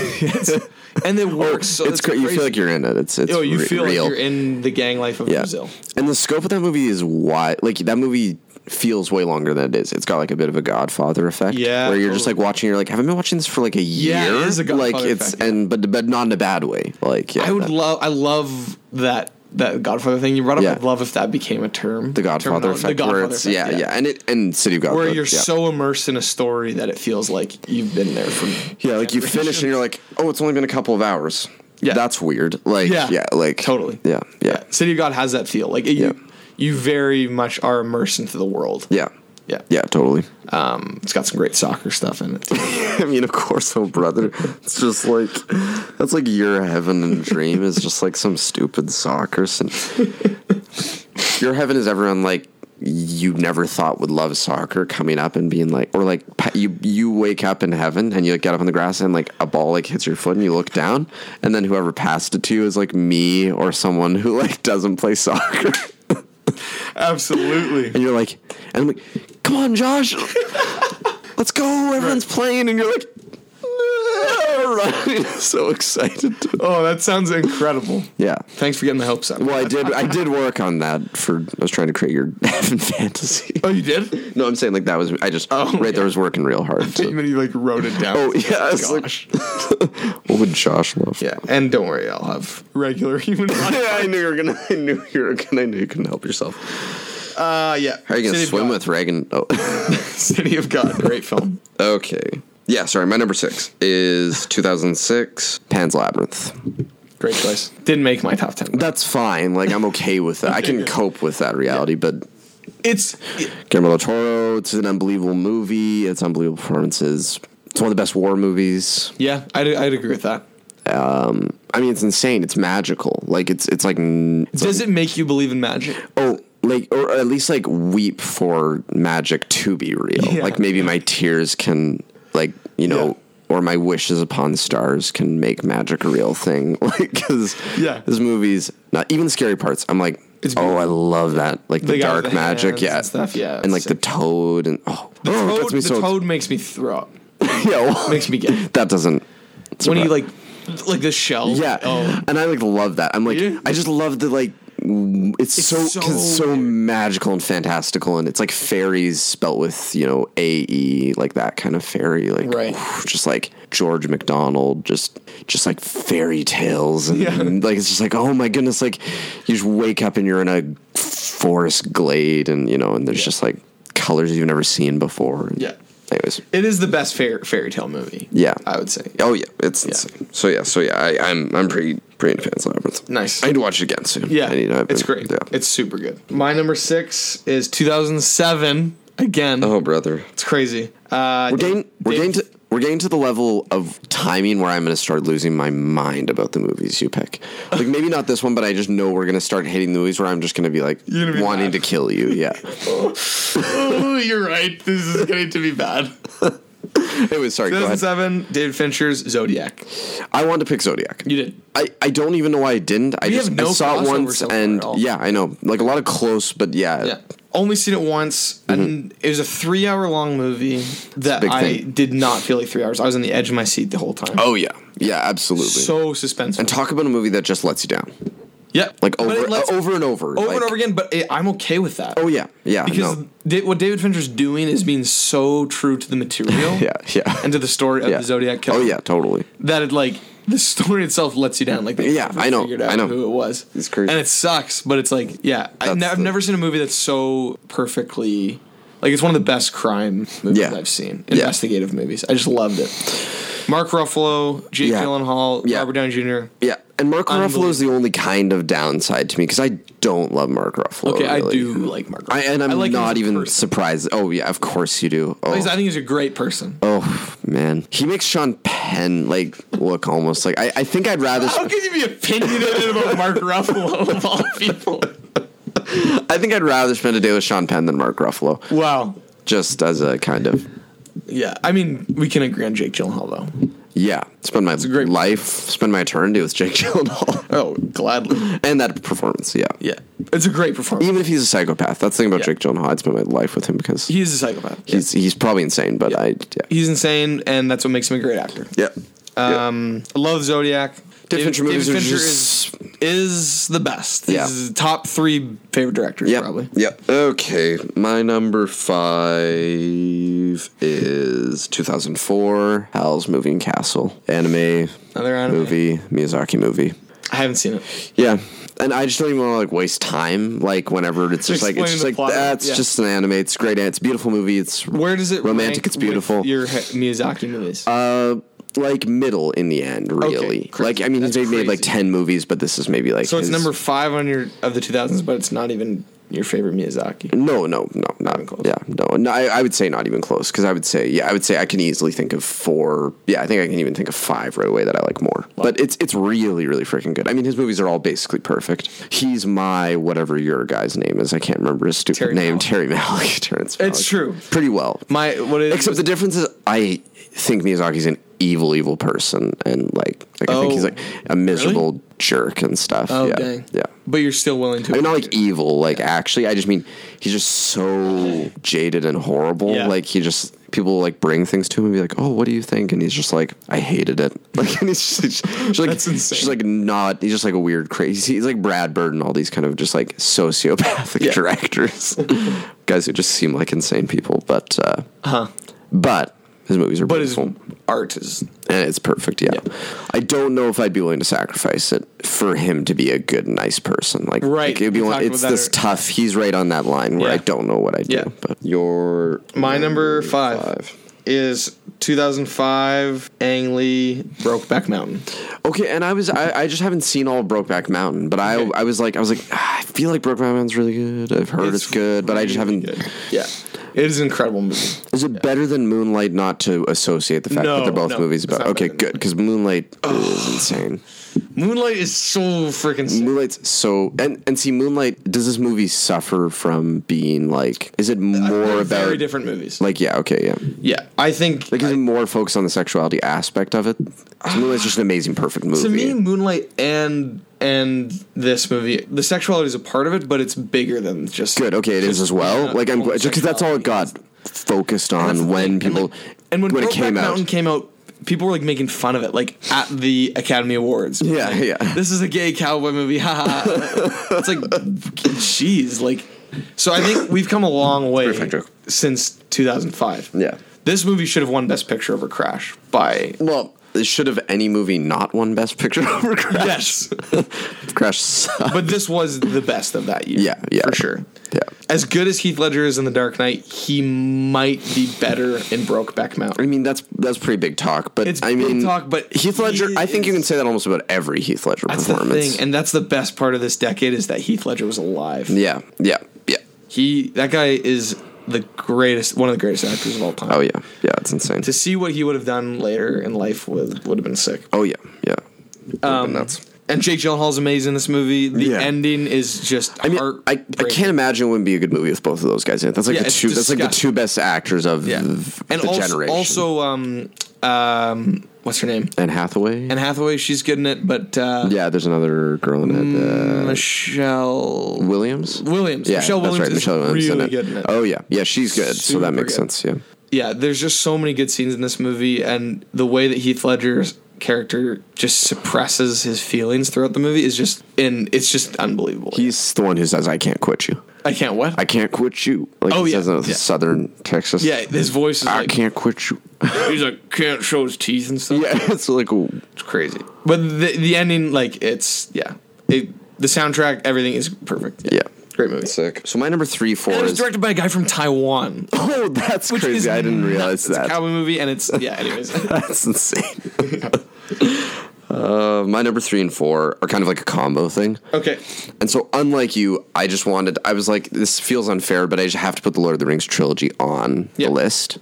Speaker 2: (laughs) and it works. so
Speaker 1: Oh, it's great. You feel like you're in it. It's it's
Speaker 2: oh, you
Speaker 1: re-
Speaker 2: feel
Speaker 1: real.
Speaker 2: like you're in the gang life of
Speaker 1: yeah.
Speaker 2: Brazil.
Speaker 1: And the scope of that movie is wide. Like that movie feels way longer than it is. It's got like a bit of a Godfather effect.
Speaker 2: Yeah,
Speaker 1: Where you're just
Speaker 2: totally.
Speaker 1: like watching. You're like, haven't been watching this for like a year.
Speaker 2: Yeah, it is a Godfather
Speaker 1: Like it's
Speaker 2: effect, yeah.
Speaker 1: and but but not in a bad way. Like yeah,
Speaker 2: I would
Speaker 1: that-
Speaker 2: love. I love that that Godfather thing you brought up.
Speaker 1: Yeah.
Speaker 2: I'd love if that became a term.
Speaker 1: the Godfather
Speaker 2: terminology-
Speaker 1: effect. where it's yeah, yeah, and it and City of God.
Speaker 2: Where you're
Speaker 1: yeah.
Speaker 2: so immersed in a story that it feels like you've been there for.
Speaker 1: Yeah, like you finish and you're like, oh, it's only been a couple of hours.
Speaker 2: Yeah.
Speaker 1: that's weird. Like yeah,
Speaker 2: Yeah.
Speaker 1: like
Speaker 2: Totally.
Speaker 1: Yeah, yeah,
Speaker 2: City of God has that feel. Like it,
Speaker 1: Yeah.
Speaker 2: you, you very much are immersed into the world.
Speaker 1: yeah,
Speaker 2: Yeah.
Speaker 1: yeah, totally.
Speaker 2: Um, it's got some great soccer stuff in it. too.
Speaker 1: (laughs) I mean, of course, oh brother. It's just like that's like your heaven and dream is just like some stupid soccer. Sin- your heaven is everyone like you never thought would love soccer coming up and being like, or like pa- you you wake up in heaven and you like, get up on the grass and like a ball like hits your foot and you look down and then whoever passed it to you is like me or someone who like doesn't play soccer.
Speaker 2: Absolutely.
Speaker 1: And you're like, and I'm like, come on, Josh, let's go. Everyone's playing, and you're like, (laughs) running, so excited.
Speaker 2: Oh, that sounds incredible.
Speaker 1: Yeah.
Speaker 2: Thanks for getting the hopes up.
Speaker 1: Well, I did. I did work on that for. I was trying to create your (laughs) heaven fantasy.
Speaker 2: Oh, you did?
Speaker 1: No, I'm saying like that was. I just
Speaker 2: Oh,
Speaker 1: right there
Speaker 2: yeah.
Speaker 1: was working real hard.
Speaker 2: You
Speaker 1: To,
Speaker 2: mean you like wrote it down?
Speaker 1: oh yeah, I was like,
Speaker 2: Gosh.
Speaker 1: (laughs) what would Josh love?
Speaker 2: yeah. And don't worry, I'll have regular human. (laughs)
Speaker 1: Yeah, (laughs) I knew you were gonna. I knew you were gonna. I knew you couldn't help yourself.
Speaker 2: Uh, yeah.
Speaker 1: Are you gonna
Speaker 2: City of
Speaker 1: swim
Speaker 2: God.
Speaker 1: with Reagan? Oh. (laughs)
Speaker 2: (laughs) City of God? Great film.
Speaker 1: okay. Yeah. Sorry. My number six is 2006 Pan's Labyrinth.
Speaker 2: Great choice. Didn't make my top ten.
Speaker 1: That's fine. Like I'm okay with that. I can cope with that reality. But
Speaker 2: It's
Speaker 1: Guillermo del Toro, it's an unbelievable movie. It's unbelievable performances. It's one of the best war movies.
Speaker 2: yeah. I'd, I'd agree with that.
Speaker 1: I mean, it's insane. It's magical. Like it's it's like n- it's
Speaker 2: Does it make you believe in magic?
Speaker 1: oh like or at least like weep for magic to be real.
Speaker 2: Yeah.
Speaker 1: Like maybe my tears can like you know.
Speaker 2: Yeah.
Speaker 1: Or my wishes upon stars can make magic a real thing. (laughs) Like, because
Speaker 2: Yeah.
Speaker 1: this movie's not even the scary parts. I'm like,
Speaker 2: It's
Speaker 1: oh, I love that. Like the,
Speaker 2: The guy with
Speaker 1: dark
Speaker 2: the
Speaker 1: magic,
Speaker 2: hands
Speaker 1: yeah,
Speaker 2: and stuff, yeah,
Speaker 1: and
Speaker 2: it's
Speaker 1: like the toad and oh, the
Speaker 2: Toad-
Speaker 1: that's me
Speaker 2: the
Speaker 1: so
Speaker 2: toad makes me throw up.
Speaker 1: (laughs) yeah, well,
Speaker 2: Makes me
Speaker 1: (laughs)
Speaker 2: gay. (laughs)
Speaker 1: that doesn't.
Speaker 2: when he
Speaker 1: surprise-
Speaker 2: like like the shell.
Speaker 1: yeah,
Speaker 2: Oh.
Speaker 1: and I like love that. I'm like,
Speaker 2: Yeah.
Speaker 1: I just love the like. w- It's, so 'cause
Speaker 2: so
Speaker 1: it's so, magical and fantastical, and it's like fairies spelt with you know A E like that kind of fairy, like
Speaker 2: Right.
Speaker 1: just like George MacDonald, just just like fairy tales, and,
Speaker 2: Yeah.
Speaker 1: and, (laughs) like it's just like oh my goodness, like you just wake up and you're in a forest glade, and you know, and there's just like colors you've never seen before. and-
Speaker 2: Yeah.
Speaker 1: Anyways,
Speaker 2: It is the best fair, fairy tale movie.
Speaker 1: Yeah.
Speaker 2: I would say.
Speaker 1: Oh yeah, it's insane. So yeah, so yeah, I, I'm I'm pretty pretty into Pan's Labyrinth.
Speaker 2: Nice.
Speaker 1: I need to watch it again soon.
Speaker 2: Yeah,
Speaker 1: I need to, I've
Speaker 2: it's
Speaker 1: been-
Speaker 2: great.
Speaker 1: Yeah.
Speaker 2: It's super good. My number six is 2007. Again,
Speaker 1: oh brother,
Speaker 2: it's crazy. Uh,
Speaker 1: we're getting we're
Speaker 2: Dave-
Speaker 1: getting to we're getting to the level of timing where I'm going to start losing my mind about the movies you pick. Like maybe not this one, but I just know we're going to start hitting the movies where I'm just going to be like
Speaker 2: You're gonna be
Speaker 1: wanting
Speaker 2: mad.
Speaker 1: to kill you.
Speaker 2: (laughs)
Speaker 1: Yeah.
Speaker 2: Oh, you're right. This is getting to
Speaker 1: (laughs)
Speaker 2: be bad.
Speaker 1: anyway, sorry. Go ahead.
Speaker 2: 2007. David Fincher's Zodiac.
Speaker 1: I wanted to pick Zodiac.
Speaker 2: You did.
Speaker 1: I, I don't even know why I didn't. I just
Speaker 2: have no
Speaker 1: I saw it
Speaker 2: crossover
Speaker 1: once
Speaker 2: so far
Speaker 1: and
Speaker 2: at all.
Speaker 1: yeah, I know like a lot of close, but
Speaker 2: Yeah. Only seen it once, and it was a three-hour-long movie
Speaker 1: Mm-hmm.
Speaker 2: that
Speaker 1: big
Speaker 2: I
Speaker 1: thing.
Speaker 2: did not feel like three hours. I was on the edge of my seat the whole time.
Speaker 1: Oh yeah, yeah, absolutely.
Speaker 2: so suspenseful.
Speaker 1: and talk about a movie that just lets you down,
Speaker 2: yeah,
Speaker 1: like
Speaker 2: But
Speaker 1: over,
Speaker 2: it lets-
Speaker 1: uh, over and over,
Speaker 2: over
Speaker 1: like-
Speaker 2: and over again. But it, I'm okay with that.
Speaker 1: Oh yeah, yeah,
Speaker 2: because
Speaker 1: no.
Speaker 2: da- what David Fincher's doing is being so true to
Speaker 1: (laughs)
Speaker 2: the material,
Speaker 1: Yeah, yeah.
Speaker 2: and to the story of
Speaker 1: yeah.
Speaker 2: the Zodiac killer.
Speaker 1: Oh yeah, totally.
Speaker 2: that it like the story itself lets you down. Like they
Speaker 1: Yeah,
Speaker 2: never
Speaker 1: I know,
Speaker 2: figured out
Speaker 1: I know.
Speaker 2: who it was.
Speaker 1: It's crazy.
Speaker 2: and it sucks, but it's like yeah, I
Speaker 1: That's
Speaker 2: ne- I've
Speaker 1: the-
Speaker 2: never seen a movie that's so perfectly. Like it's one of the best crime movies
Speaker 1: Yeah.
Speaker 2: I've seen.
Speaker 1: Yeah.
Speaker 2: Investigative movies. I just loved it. Mark Ruffalo, Jake
Speaker 1: Yeah.
Speaker 2: Gyllenhaal,
Speaker 1: Yeah.
Speaker 2: Robert Downey Jr.
Speaker 1: Yeah, and Mark Ruffalo is
Speaker 2: Unbelievable.
Speaker 1: the only kind of downside to me because I don't love Mark Ruffalo.
Speaker 2: Okay, I
Speaker 1: Oh, really.
Speaker 2: do like Mark. Ruffalo.
Speaker 1: I, and I'm
Speaker 2: I like him
Speaker 1: not
Speaker 2: as a
Speaker 1: even
Speaker 2: person.
Speaker 1: surprised. Oh yeah, of course you do. Oh,
Speaker 2: Because I think he's a great person.
Speaker 1: oh man, he makes Sean Penn like look almost like I, I think I'd rather.
Speaker 2: How can you be opinionated
Speaker 1: (laughs)
Speaker 2: about Mark Ruffalo of all people?
Speaker 1: I think I'd rather spend a day with Sean Penn than Mark Ruffalo,
Speaker 2: Wow.
Speaker 1: just as a kind of
Speaker 2: Yeah, I mean, we can agree on Jake Gyllenhaal though.
Speaker 1: Yeah, spend my
Speaker 2: great
Speaker 1: life, spend my eternity with Jake Gyllenhaal,
Speaker 2: Oh, gladly.
Speaker 1: and that performance. Yeah,
Speaker 3: Yeah.
Speaker 2: It's a great performance.
Speaker 1: even if he's a psychopath, that's the thing about
Speaker 3: Yeah.
Speaker 1: Jake Gyllenhaal. I'd spend my life with him because
Speaker 2: He's a psychopath.
Speaker 1: he's he's probably insane, but I yeah.
Speaker 2: He's insane, and that's what makes him a great actor.
Speaker 1: yeah.
Speaker 2: Um, I love Zodiac. David-
Speaker 1: Fincher
Speaker 2: David
Speaker 1: movies are
Speaker 2: Fincher
Speaker 1: just-
Speaker 2: is, is the best.
Speaker 1: Yeah.
Speaker 2: He's top three favorite directors,
Speaker 1: Yep.
Speaker 2: probably.
Speaker 1: Yep. Okay. My number five is 2004, Howl's Moving Castle, anime,
Speaker 2: Another anime.
Speaker 1: movie, Miyazaki movie.
Speaker 2: I haven't seen it.
Speaker 1: Yeah, and I just don't even want to like waste time. Like whenever it's just like
Speaker 2: Explain
Speaker 1: it's just
Speaker 2: the
Speaker 1: like
Speaker 2: plot.
Speaker 1: that's
Speaker 2: Yeah.
Speaker 1: just an anime. It's great. It's a beautiful movie. It's
Speaker 2: Where does it
Speaker 1: romantic?
Speaker 2: rank
Speaker 1: It's beautiful.
Speaker 2: with Your he- Miyazaki movies.
Speaker 1: uh, like middle in the end, really.
Speaker 2: crazy.
Speaker 1: like I mean, he's
Speaker 2: That's
Speaker 1: made, made like
Speaker 2: crazy.
Speaker 1: ten movies, but this is maybe like
Speaker 2: so it's
Speaker 1: his-
Speaker 2: number five on your of the 2000s, but it's not even your favorite Miyazaki.
Speaker 1: No, no, no, not
Speaker 2: even close.
Speaker 1: Yeah, no, no. I, I would say not even close because I would say yeah, I would say I can easily think of four. Yeah, I think I can even think of five right away that I like more. But it's it's really really freaking good. I mean, his movies are all basically perfect. He's my whatever your guy's name is. I can't remember his stupid
Speaker 2: Terry
Speaker 1: name.
Speaker 2: Malick.
Speaker 1: Terry Malick. (laughs) Terrence. Malick.
Speaker 2: It's true.
Speaker 1: Pretty well.
Speaker 2: My what is
Speaker 1: Except the difference is, I think Miyazaki's an evil, evil person, and like, like I think he's
Speaker 2: Oh,
Speaker 1: like a miserable jerk and stuff.
Speaker 2: Oh
Speaker 1: yeah,
Speaker 2: dang.
Speaker 1: yeah.
Speaker 2: But you're still willing to.
Speaker 1: I mean, not like evil, like actually. I just mean he's just so jaded and horrible.
Speaker 2: Yeah.
Speaker 1: Like he just people like bring things to him and be like, "Oh, what do you think?" And he's just like, "I hated it." (laughs) Like and he's just, he's just, like,
Speaker 2: That's insane.
Speaker 1: She's like not. He's just like a weird crazy. He's like Brad Bird and all these kind of just like sociopathic
Speaker 2: Yeah.
Speaker 1: (laughs) directors, guys who just seem like insane people. But uh, but his movies are
Speaker 2: Uh-huh. but his
Speaker 1: beautiful
Speaker 2: art is
Speaker 1: and it's perfect. Yeah. I don't know if I'd be willing to sacrifice it for him to be a good, nice person. Like,
Speaker 2: Right,
Speaker 1: like, it'd be
Speaker 2: we
Speaker 1: one,
Speaker 2: talked
Speaker 1: it's
Speaker 2: about
Speaker 1: this
Speaker 2: that
Speaker 1: tough. He's right on that line where
Speaker 2: Yeah.
Speaker 1: I don't know what I do.
Speaker 2: Yeah.
Speaker 1: But your
Speaker 2: My number five,
Speaker 1: five.
Speaker 2: is 2005 Ang Lee Brokeback Mountain.
Speaker 1: Okay, and I was I, I just haven't seen all of Brokeback Mountain, but I I was like I was like ah, I feel like Brokeback Mountain's really good. I've heard it's, good, but I just
Speaker 2: really
Speaker 1: haven't.
Speaker 2: good. Yeah, it is an incredible movie.
Speaker 1: Is it better than Moonlight? Not to associate the fact that
Speaker 2: No,
Speaker 1: they're both
Speaker 2: no,
Speaker 1: movies
Speaker 2: it's
Speaker 1: about.
Speaker 2: not
Speaker 1: Okay,
Speaker 2: better than
Speaker 1: good because Moonlight is insane.
Speaker 2: Moonlight is so freaking. sick.
Speaker 1: Moonlight's so and and see Moonlight does this movie suffer from being like is it more
Speaker 2: They're
Speaker 1: about
Speaker 2: Uh, very different movies.
Speaker 1: like yeah okay yeah
Speaker 2: yeah, I think
Speaker 1: like is it more focused on the sexuality aspect of it? 'Cause Moonlight's just an amazing perfect movie.
Speaker 2: to me, Moonlight and and this movie, the sexuality is a part of it, but it's bigger than just
Speaker 1: Good okay it is as well.
Speaker 2: yeah,
Speaker 1: like I'm
Speaker 2: homosexuality.
Speaker 1: because that's all it got focused on when people
Speaker 2: And when,
Speaker 1: when it
Speaker 2: Brokeback
Speaker 1: came out.
Speaker 2: Mountain came out, people were like making fun of it, like at the Academy Awards.
Speaker 1: Yeah,
Speaker 2: Like,
Speaker 1: yeah.
Speaker 2: This is a gay cowboy movie. Ha ha.
Speaker 1: (laughs)
Speaker 2: it's like, jeez, like. So I think we've come a long way
Speaker 1: Perfect joke.
Speaker 2: since 2005.
Speaker 1: Yeah.
Speaker 2: This movie should have won Best Picture over Crash by.
Speaker 1: well, it should have any movie not won Best Picture (laughs) over Crash.
Speaker 2: Yes,
Speaker 1: Crash sucked.
Speaker 2: but this was the best of that year.
Speaker 1: Yeah, yeah.
Speaker 2: for sure.
Speaker 1: Yeah.
Speaker 2: As good as Heath Ledger is in The Dark Knight, he might be better in Brokeback
Speaker 1: I
Speaker 2: Mountain.
Speaker 1: mean that's that's pretty big talk, but
Speaker 2: It's
Speaker 1: I
Speaker 2: big
Speaker 1: mean
Speaker 2: talk, but
Speaker 1: Heath
Speaker 2: he
Speaker 1: Ledger. I think you
Speaker 2: is-
Speaker 1: can say that almost about every Heath Ledger
Speaker 2: That's the
Speaker 1: performance.
Speaker 2: thing, and that's the best part of this decade is that Heath Ledger was alive.
Speaker 1: Yeah, yeah, yeah.
Speaker 2: He that guy is the greatest, one of the greatest actors of all time.
Speaker 1: Oh yeah, yeah. It's insane.
Speaker 2: To see what he would have done later in life would would have been sick.
Speaker 1: oh yeah, yeah. Um, nuts.
Speaker 2: And Jake Gyllenhaal's amazing in this movie. The
Speaker 1: Yeah.
Speaker 2: ending is just
Speaker 1: I mean,
Speaker 2: heart.
Speaker 1: I, I can't imagine it wouldn't be a good movie with both of those guys in it. That's like
Speaker 2: Yeah,
Speaker 1: the
Speaker 2: it's
Speaker 1: two. That's like the
Speaker 2: disgusting.
Speaker 1: two best actors of
Speaker 2: Yeah.
Speaker 1: the,
Speaker 2: And
Speaker 1: the
Speaker 2: also,
Speaker 1: generation.
Speaker 2: also, um, um, what's her name?
Speaker 1: Anne Hathaway.
Speaker 2: Anne Hathaway. She's good in it, but uh,
Speaker 1: yeah, there's another girl in it. Uh,
Speaker 2: Michelle
Speaker 1: Williams.
Speaker 2: Mm, Williams.
Speaker 1: Yeah,
Speaker 2: Michelle
Speaker 1: that's right.
Speaker 2: Williams is
Speaker 1: Michelle Williams
Speaker 2: really
Speaker 1: in it.
Speaker 2: good in it.
Speaker 1: Oh yeah, yeah. She's good. so that
Speaker 2: Super
Speaker 1: makes
Speaker 2: good.
Speaker 1: sense. Yeah.
Speaker 2: yeah, there's just so many good scenes in this movie, and the way that Heath Ledger's character just suppresses his feelings throughout the movie is just, and it's just unbelievable.
Speaker 1: He's the one who says, "I can't quit you.
Speaker 2: I can't what?
Speaker 1: I can't quit you." Like
Speaker 2: Oh,
Speaker 1: he
Speaker 2: yeah,
Speaker 1: says in
Speaker 2: yeah.
Speaker 1: Southern Texas.
Speaker 2: yeah, his voice is
Speaker 1: I
Speaker 2: like
Speaker 1: can't quit you. (laughs)
Speaker 2: he's like can't show his teeth and stuff.
Speaker 1: yeah, it's like a-
Speaker 2: it's crazy. But the the ending, like it's yeah, it, the soundtrack, everything is perfect.
Speaker 1: yeah.
Speaker 2: great movie.
Speaker 1: Sick. So my number three, four
Speaker 2: And it was
Speaker 1: is
Speaker 2: directed by a guy from Taiwan.
Speaker 1: (laughs) Oh, that's
Speaker 2: which is
Speaker 1: crazy. I didn't
Speaker 2: nuts.
Speaker 1: realize
Speaker 2: It's a
Speaker 1: that.
Speaker 2: cowboy movie, and it's yeah. (laughs) Anyways,
Speaker 1: That's insane. (laughs) Uh, my number three and four are kind of like a combo thing.
Speaker 2: okay.
Speaker 1: And so, unlike you, I just wanted, I was like, this feels unfair, but I just have to put the Lord of the Rings trilogy on
Speaker 2: Yeah.
Speaker 1: the list.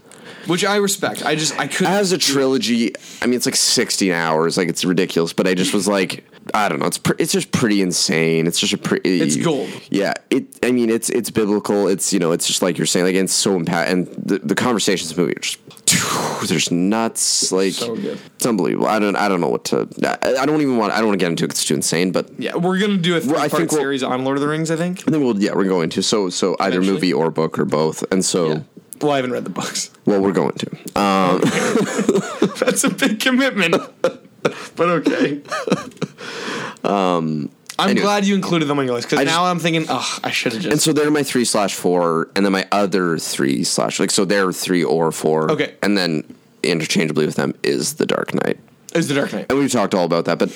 Speaker 2: Which I respect. I just I couldn't.
Speaker 1: As a trilogy, I mean, it's like 16 hours. Like, it's ridiculous, but I just was like, I don't know. It's pre- it's just pretty insane. It's just a pretty.
Speaker 2: It's gold.
Speaker 1: Yeah. It. I mean, it's it's biblical. It's, you know, it's just like you're saying, like, and it's so impact. And the, the conversations in the movie are just there's nuts like
Speaker 2: So good.
Speaker 1: it's unbelievable. I don't I don't know what to I, I don't even want I don't want to get into it 'cause it's too insane, but
Speaker 2: Yeah, we're gonna do a
Speaker 1: I
Speaker 2: three-part
Speaker 1: think we'll-
Speaker 2: series on Lord of the Rings. I think.
Speaker 1: I think we'll yeah we're going to so so either
Speaker 2: Eventually.
Speaker 1: movie or book or both, and so
Speaker 2: Well, I haven't read the books. (laughs)
Speaker 1: well we're going to. Uh,
Speaker 2: That's a big
Speaker 1: (laughs)
Speaker 2: commitment. but (laughs) okay. Um, I'm
Speaker 1: anyway.
Speaker 2: glad you included them on your list because now
Speaker 1: just-
Speaker 2: I'm thinking, oh, I should have
Speaker 1: and
Speaker 2: just.
Speaker 1: so they're my three slash four, and then my other three slash like so they're three or four.
Speaker 2: Okay.
Speaker 1: and then interchangeably with them is the Dark Knight.
Speaker 2: It's the Dark Knight.
Speaker 1: and we've talked all about that, but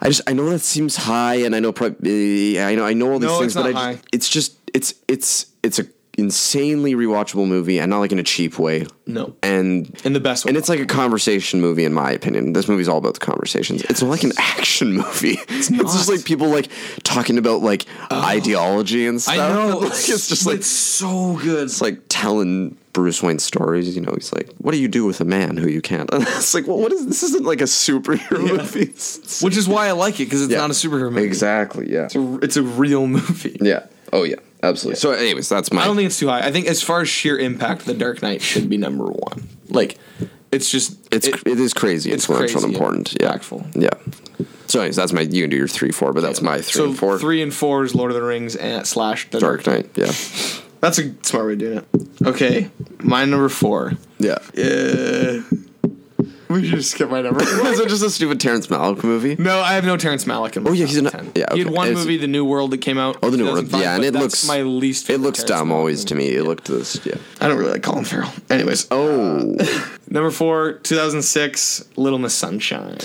Speaker 1: I just I know that seems high, and I know probably I know I know all these
Speaker 2: No,
Speaker 1: things,
Speaker 2: it's not
Speaker 1: but I
Speaker 2: high.
Speaker 1: just, it's just it's it's it's a insanely rewatchable movie, and not like in a cheap way.
Speaker 2: No.
Speaker 1: and
Speaker 2: In the best way.
Speaker 1: and it's like a conversation movie, in my opinion. This movie's all about the conversations. It's not like an action movie. (laughs) It's, just
Speaker 2: not.
Speaker 1: like people like talking about like ideology and stuff. (laughs)
Speaker 2: I know.
Speaker 1: Like, it's just like
Speaker 2: it's so good.
Speaker 1: it's like telling Bruce Wayne stories. You know, he's like, "What do you do with a man who you can't?" (laughs) it's like, well, what is this? Isn't like a superhero movie. (laughs) It's- it's-
Speaker 2: which is why I like it because it's
Speaker 1: Yeah.
Speaker 2: not a superhero movie.
Speaker 1: Exactly. Yeah.
Speaker 2: It's a real (laughs) movie.
Speaker 1: Yeah. Oh yeah. Absolutely. So, anyways, that's my.
Speaker 2: I don't think it's too high. I think as far as sheer impact, The Dark Knight should be number one. Like, it's just
Speaker 1: it's
Speaker 2: it-
Speaker 1: it is crazy.
Speaker 2: it's
Speaker 1: influential
Speaker 2: crazy
Speaker 1: and important. Yeah.
Speaker 2: impactful.
Speaker 1: Yeah. So, anyways, that's my. You can do your three, four, but that's my three
Speaker 2: so
Speaker 1: and four.
Speaker 2: Three and four is Lord of the Rings and slash The
Speaker 1: Dark Knight.
Speaker 2: (laughs)
Speaker 1: Yeah.
Speaker 2: That's a smart way of doing it. Okay, my number four.
Speaker 1: Yeah.
Speaker 2: Uh, we should just skip
Speaker 1: (laughs)
Speaker 2: my number.
Speaker 1: Is it just a stupid Terrence Malick
Speaker 2: (laughs)
Speaker 1: movie?
Speaker 2: no, I have no Terrence Malick in my
Speaker 1: Oh, yeah, he's
Speaker 2: top
Speaker 1: not-
Speaker 2: 10.
Speaker 1: yeah,
Speaker 2: He had
Speaker 1: okay.
Speaker 2: one
Speaker 1: It's-
Speaker 2: movie, The New World, that came out.
Speaker 1: Oh,
Speaker 2: in
Speaker 1: the new world.
Speaker 2: 2005,
Speaker 1: Yeah, and
Speaker 2: but
Speaker 1: it
Speaker 2: that's
Speaker 1: looks
Speaker 2: my least.
Speaker 1: It
Speaker 2: favorite
Speaker 1: looks
Speaker 2: Terrence
Speaker 1: dumb
Speaker 2: Malick
Speaker 1: always
Speaker 2: movie.
Speaker 1: to me. It looked this. Yeah.
Speaker 2: I don't really like Colin Farrell. Anyways,
Speaker 1: Oh,
Speaker 2: (laughs) number four, 2006, Little Miss Sunshine.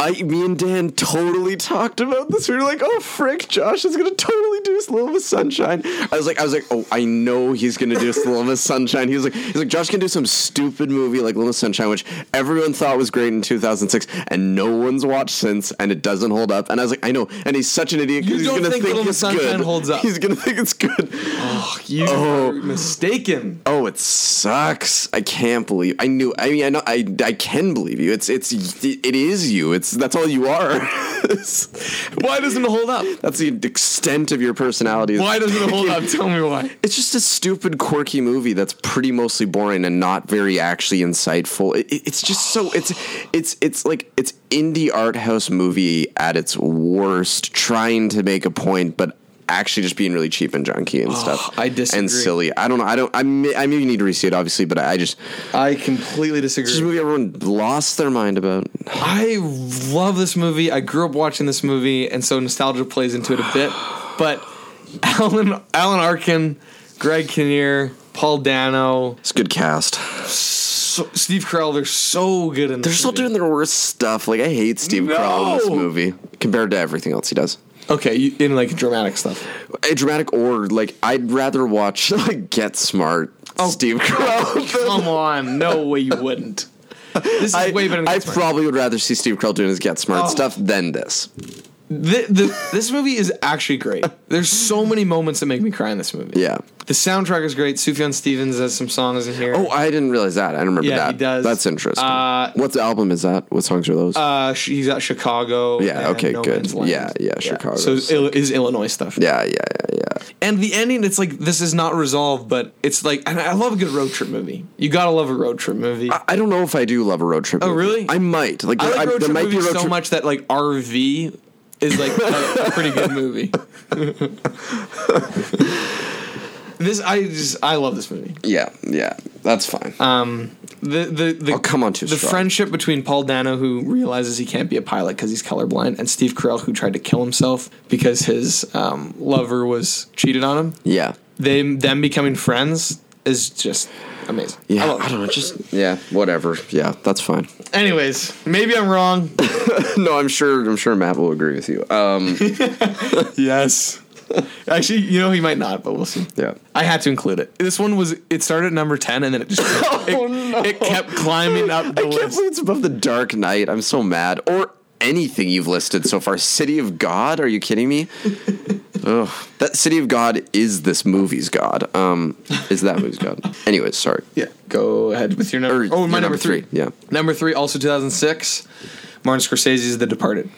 Speaker 1: I me and Dan totally talked about this. We were like, "Oh frick, Josh is gonna totally do us Little Miss Sunshine." I was like, "I was like, oh, I know he's gonna do us Little Miss Sunshine." He was like, "He's like, Josh can do some stupid movie like Little Miss Sunshine, which everyone thought was great in 2006, and no one's watched since, and it doesn't hold up." And I was like, "I know," and he's such an idiot
Speaker 2: You
Speaker 1: because he's
Speaker 2: don't
Speaker 1: gonna
Speaker 2: think
Speaker 1: think,
Speaker 2: Little Miss
Speaker 1: it's
Speaker 2: Sunshine
Speaker 1: good.
Speaker 2: holds up.
Speaker 1: He's gonna think it's good.
Speaker 2: Oh, you
Speaker 1: Oh.
Speaker 2: are mistaken.
Speaker 1: Oh, it sucks. I can't believe. I knew. I mean, I know. I, I can believe you. It's it's it is you. It's that's all you are. (laughs)
Speaker 2: Why doesn't it hold up?
Speaker 1: that's the extent of your personality.
Speaker 2: Why doesn't it hold (laughs) up? Tell me why.
Speaker 1: It's just a stupid, quirky movie that's pretty mostly boring and not very actually insightful. It, it- it's just so it's it's it's like it's indie art house movie at its worst, trying to make a point, but actually just being really cheap and junky and stuff.
Speaker 2: I disagree.
Speaker 1: And silly. I don't know. I don't. I may, I maybe need to see it, obviously, but I just
Speaker 2: I completely disagree.
Speaker 1: this is a movie everyone lost their mind about.
Speaker 2: I love this movie. I grew up watching this movie, and so nostalgia plays into it a bit. But Alan Alan Arkin, Greg Kinnear, Paul Dano,
Speaker 1: It's a good cast.
Speaker 2: so, Steve Carell, they're so good in this.
Speaker 1: They're still doing their worst stuff. Like I hate Steve Carell in this
Speaker 2: No!
Speaker 1: movie compared to everything else he does.
Speaker 2: okay you, in like dramatic stuff.
Speaker 1: A dramatic or like I'd rather watch (laughs) like Get Smart
Speaker 2: Oh.
Speaker 1: Steve Carell. than-
Speaker 2: Come on, no way you wouldn't. This is
Speaker 1: I,
Speaker 2: (laughs) way better. Than
Speaker 1: I
Speaker 2: Get Smart.
Speaker 1: probably would rather see Steve Carell doing his Get Smart
Speaker 2: Oh.
Speaker 1: stuff than this.
Speaker 2: Th- the, this movie is actually great. There's so many moments that make me cry in this movie.
Speaker 1: Yeah.
Speaker 2: The soundtrack is great. Sufjan Stevens has some songs in here.
Speaker 1: Oh, I didn't realize that. I don't remember
Speaker 2: Yeah,
Speaker 1: that.
Speaker 2: he does.
Speaker 1: That's interesting.
Speaker 2: Uh,
Speaker 1: what album is that? What songs are those?
Speaker 2: Uh, sh- he's at Chicago.
Speaker 1: Yeah,
Speaker 2: and
Speaker 1: okay, good.
Speaker 2: Man's Land.
Speaker 1: Yeah, yeah, Chicago
Speaker 2: So
Speaker 1: is
Speaker 2: Il- is Illinois stuff.
Speaker 1: yeah, yeah, yeah, yeah.
Speaker 2: And the ending, it's like this is not resolved, but it's like, and I love a good road trip movie. You gotta love a road trip movie. I,
Speaker 1: I- I don't know if I do love a road trip. Oh,
Speaker 2: really?
Speaker 1: I might. Like, there,
Speaker 2: like
Speaker 1: I-
Speaker 2: road
Speaker 1: there
Speaker 2: trip
Speaker 1: might be
Speaker 2: movies
Speaker 1: road
Speaker 2: so
Speaker 1: trip.
Speaker 2: much that like RV is like a, a pretty
Speaker 1: (laughs)
Speaker 2: good movie. this I just I love this movie.
Speaker 1: Yeah, yeah, that's fine.
Speaker 2: Um, the the the
Speaker 1: I'll Oh, come on too
Speaker 2: the
Speaker 1: strong.
Speaker 2: friendship between Paul Dano, who realizes he can't be a pilot because he's colorblind, and Steve Carell, who tried to kill himself because his um, lover was cheated on him.
Speaker 1: yeah,
Speaker 2: They them becoming friends is just amazing.
Speaker 1: yeah.
Speaker 2: I love it.
Speaker 1: I don't know. Just yeah, whatever. Yeah, that's fine. (laughs)
Speaker 2: Anyways, maybe I'm wrong.
Speaker 1: no, I'm sure. I'm sure Matt will agree with you. Um,
Speaker 2: yes. Actually, you know he might not, but we'll see.
Speaker 1: yeah.
Speaker 2: I had to include it. This one was it started at number ten and
Speaker 1: (laughs)
Speaker 2: then it just it, it kept climbing up the
Speaker 1: Oh, I can't
Speaker 2: list.
Speaker 1: believe it's above the Dark Knight. I'm so mad. Or anything you've listed so far. City of God? Are you kidding (laughs) me? Ugh. That City of God is this movie's God. Um, is that movie's (laughs) God? Anyways, sorry.
Speaker 2: Yeah, go ahead with your number.
Speaker 1: Or
Speaker 2: oh,
Speaker 1: your number
Speaker 2: my number three.
Speaker 1: three, yeah.
Speaker 2: number three, also 2006. Martin Scorsese's The Departed.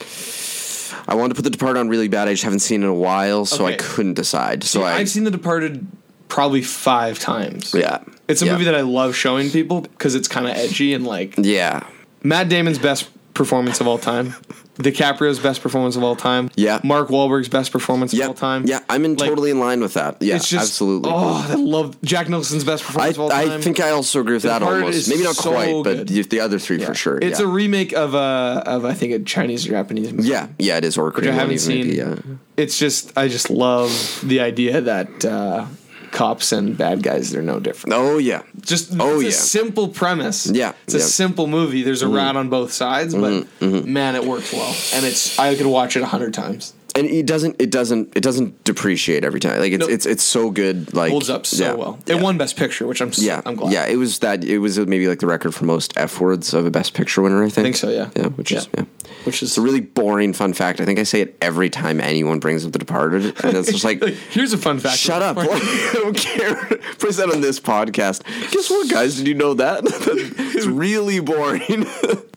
Speaker 1: I wanted to put The Departed on really bad. I just haven't seen it in a while, so I
Speaker 2: Okay.
Speaker 1: couldn't decide. So I,
Speaker 2: I've seen The Departed probably five times.
Speaker 1: yeah.
Speaker 2: It's a
Speaker 1: Yeah.
Speaker 2: movie that I love showing people because it's kind of edgy and like
Speaker 1: Yeah.
Speaker 2: Matt Damon's best performance of
Speaker 1: (laughs)
Speaker 2: all time, DiCaprio's best performance of all time,
Speaker 1: Yeah.
Speaker 2: Mark Wahlberg's best performance
Speaker 1: Yeah.
Speaker 2: of all time.
Speaker 1: Yeah, I'm in
Speaker 2: Like,
Speaker 1: totally in line with that. Yeah,
Speaker 2: it's just
Speaker 1: absolutely.
Speaker 2: Oh, I love Jack Nicholson's best
Speaker 1: I,
Speaker 2: performance of all time.
Speaker 1: I think I also agree with that
Speaker 2: part
Speaker 1: almost.
Speaker 2: is
Speaker 1: Maybe not
Speaker 2: so
Speaker 1: quite, but
Speaker 2: good.
Speaker 1: the, the other three for sure.
Speaker 2: It's
Speaker 1: yeah.
Speaker 2: a remake of a of I think a Chinese or Japanese movie.
Speaker 1: yeah, yeah, it is or
Speaker 2: which I
Speaker 1: Korean
Speaker 2: haven't
Speaker 1: even
Speaker 2: seen.
Speaker 1: maybe, yeah.
Speaker 2: It's just I just love the idea that uh, cops and bad guys they're no different.
Speaker 1: Oh yeah,
Speaker 2: Just
Speaker 1: Oh,
Speaker 2: it's
Speaker 1: yeah.
Speaker 2: a simple premise.
Speaker 1: Yeah,
Speaker 2: it's a
Speaker 1: yeah. Mm-hmm.
Speaker 2: simple movie. There's a rat on both sides, but man, it works well, and it's I could watch it a hundred times.
Speaker 1: and it doesn't it doesn't it doesn't depreciate every time. Like it's
Speaker 2: Nope.
Speaker 1: it's it's so good. Like
Speaker 2: Holds up so
Speaker 1: yeah,
Speaker 2: well.
Speaker 1: Yeah.
Speaker 2: It won Best Picture, which I'm s-
Speaker 1: yeah,
Speaker 2: I'm glad.
Speaker 1: yeah. It was that. It was maybe like the record for most f words of a best picture winner. I think.
Speaker 2: I think so. Yeah,
Speaker 1: Yeah, which is yeah.
Speaker 2: which is
Speaker 1: It's a really boring fun fact. I think I say it every time anyone brings up The Departed, and it's just
Speaker 2: (laughs)
Speaker 1: like,
Speaker 2: here's a fun fact.
Speaker 1: shut up. (laughs) I don't care. Put that on this podcast. Guess what, guys? Did you know that? (laughs) it's really boring. (laughs) it's kind of
Speaker 2: No,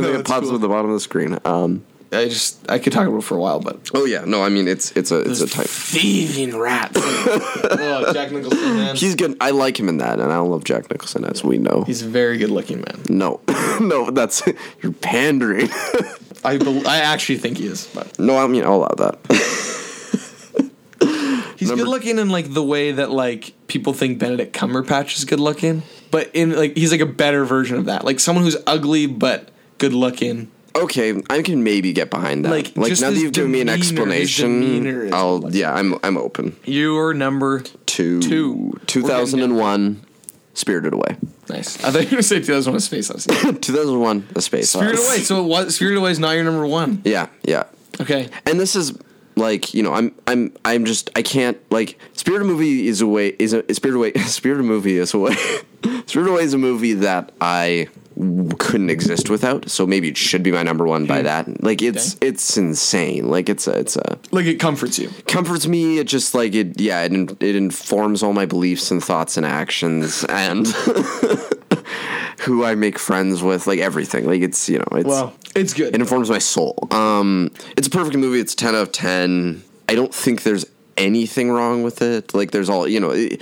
Speaker 1: like it
Speaker 2: that's
Speaker 1: pops
Speaker 2: cool.
Speaker 1: up at the bottom of the screen. Um,
Speaker 2: I just I could talk about it for a while, but
Speaker 1: oh yeah, no, I mean it's it's a it's a type.
Speaker 2: thieving
Speaker 1: (laughs)
Speaker 2: rat. oh, Jack Nicholson, man.
Speaker 1: He's good. I like him in that, and I love Jack Nicholson as we know.
Speaker 2: He's a very good looking man.
Speaker 1: no, (laughs) no, that's (laughs) you're pandering. (laughs)
Speaker 2: I bel I actually think he is, but
Speaker 1: no, I mean I'll allow that. (laughs)
Speaker 2: he's
Speaker 1: Number-
Speaker 2: good looking in like the way that like people think Benedict Cumberbatch is good looking, but in like he's like a better version of that, like someone who's ugly but good looking.
Speaker 1: Okay, I can maybe get behind that. Like,
Speaker 2: Like, just
Speaker 1: now that
Speaker 2: his
Speaker 1: you've given me an
Speaker 2: demeanor- his demeanor
Speaker 1: explanation,
Speaker 2: is
Speaker 1: I'll yeah, I'm I'm open.
Speaker 2: Your number
Speaker 1: To
Speaker 2: Two. We're getting
Speaker 1: 2001, Spirited Away.
Speaker 2: nice. I thought you were gonna say 2001: A Space
Speaker 1: (laughs)
Speaker 2: Odyssey. (laughs)
Speaker 1: 2001, A Space
Speaker 2: Spirit
Speaker 1: Odyssey.
Speaker 2: Away. So it was Spirit Away is not your number one.
Speaker 1: Yeah, yeah.
Speaker 2: Okay.
Speaker 1: And this is like you know I'm I'm I'm just I can't like Spirited movie is a way is a Spirited Away (laughs) Spirited movie is a way (laughs) Spirited Away is a movie that I w- couldn't exist without so maybe it should be my number one
Speaker 2: Hmm.
Speaker 1: by that like it's it's insane like it's a it's a
Speaker 2: Like it comforts you.
Speaker 1: comforts me. It just like it, yeah. It in- it informs all my beliefs and thoughts and actions and (laughs) who I make friends with, like everything. Like it's you know, it's
Speaker 2: Well, it's good.
Speaker 1: it informs my soul. Um, it's a perfect movie. It's ten out of ten. I don't think there's anything wrong with it. Like there's all you know, it,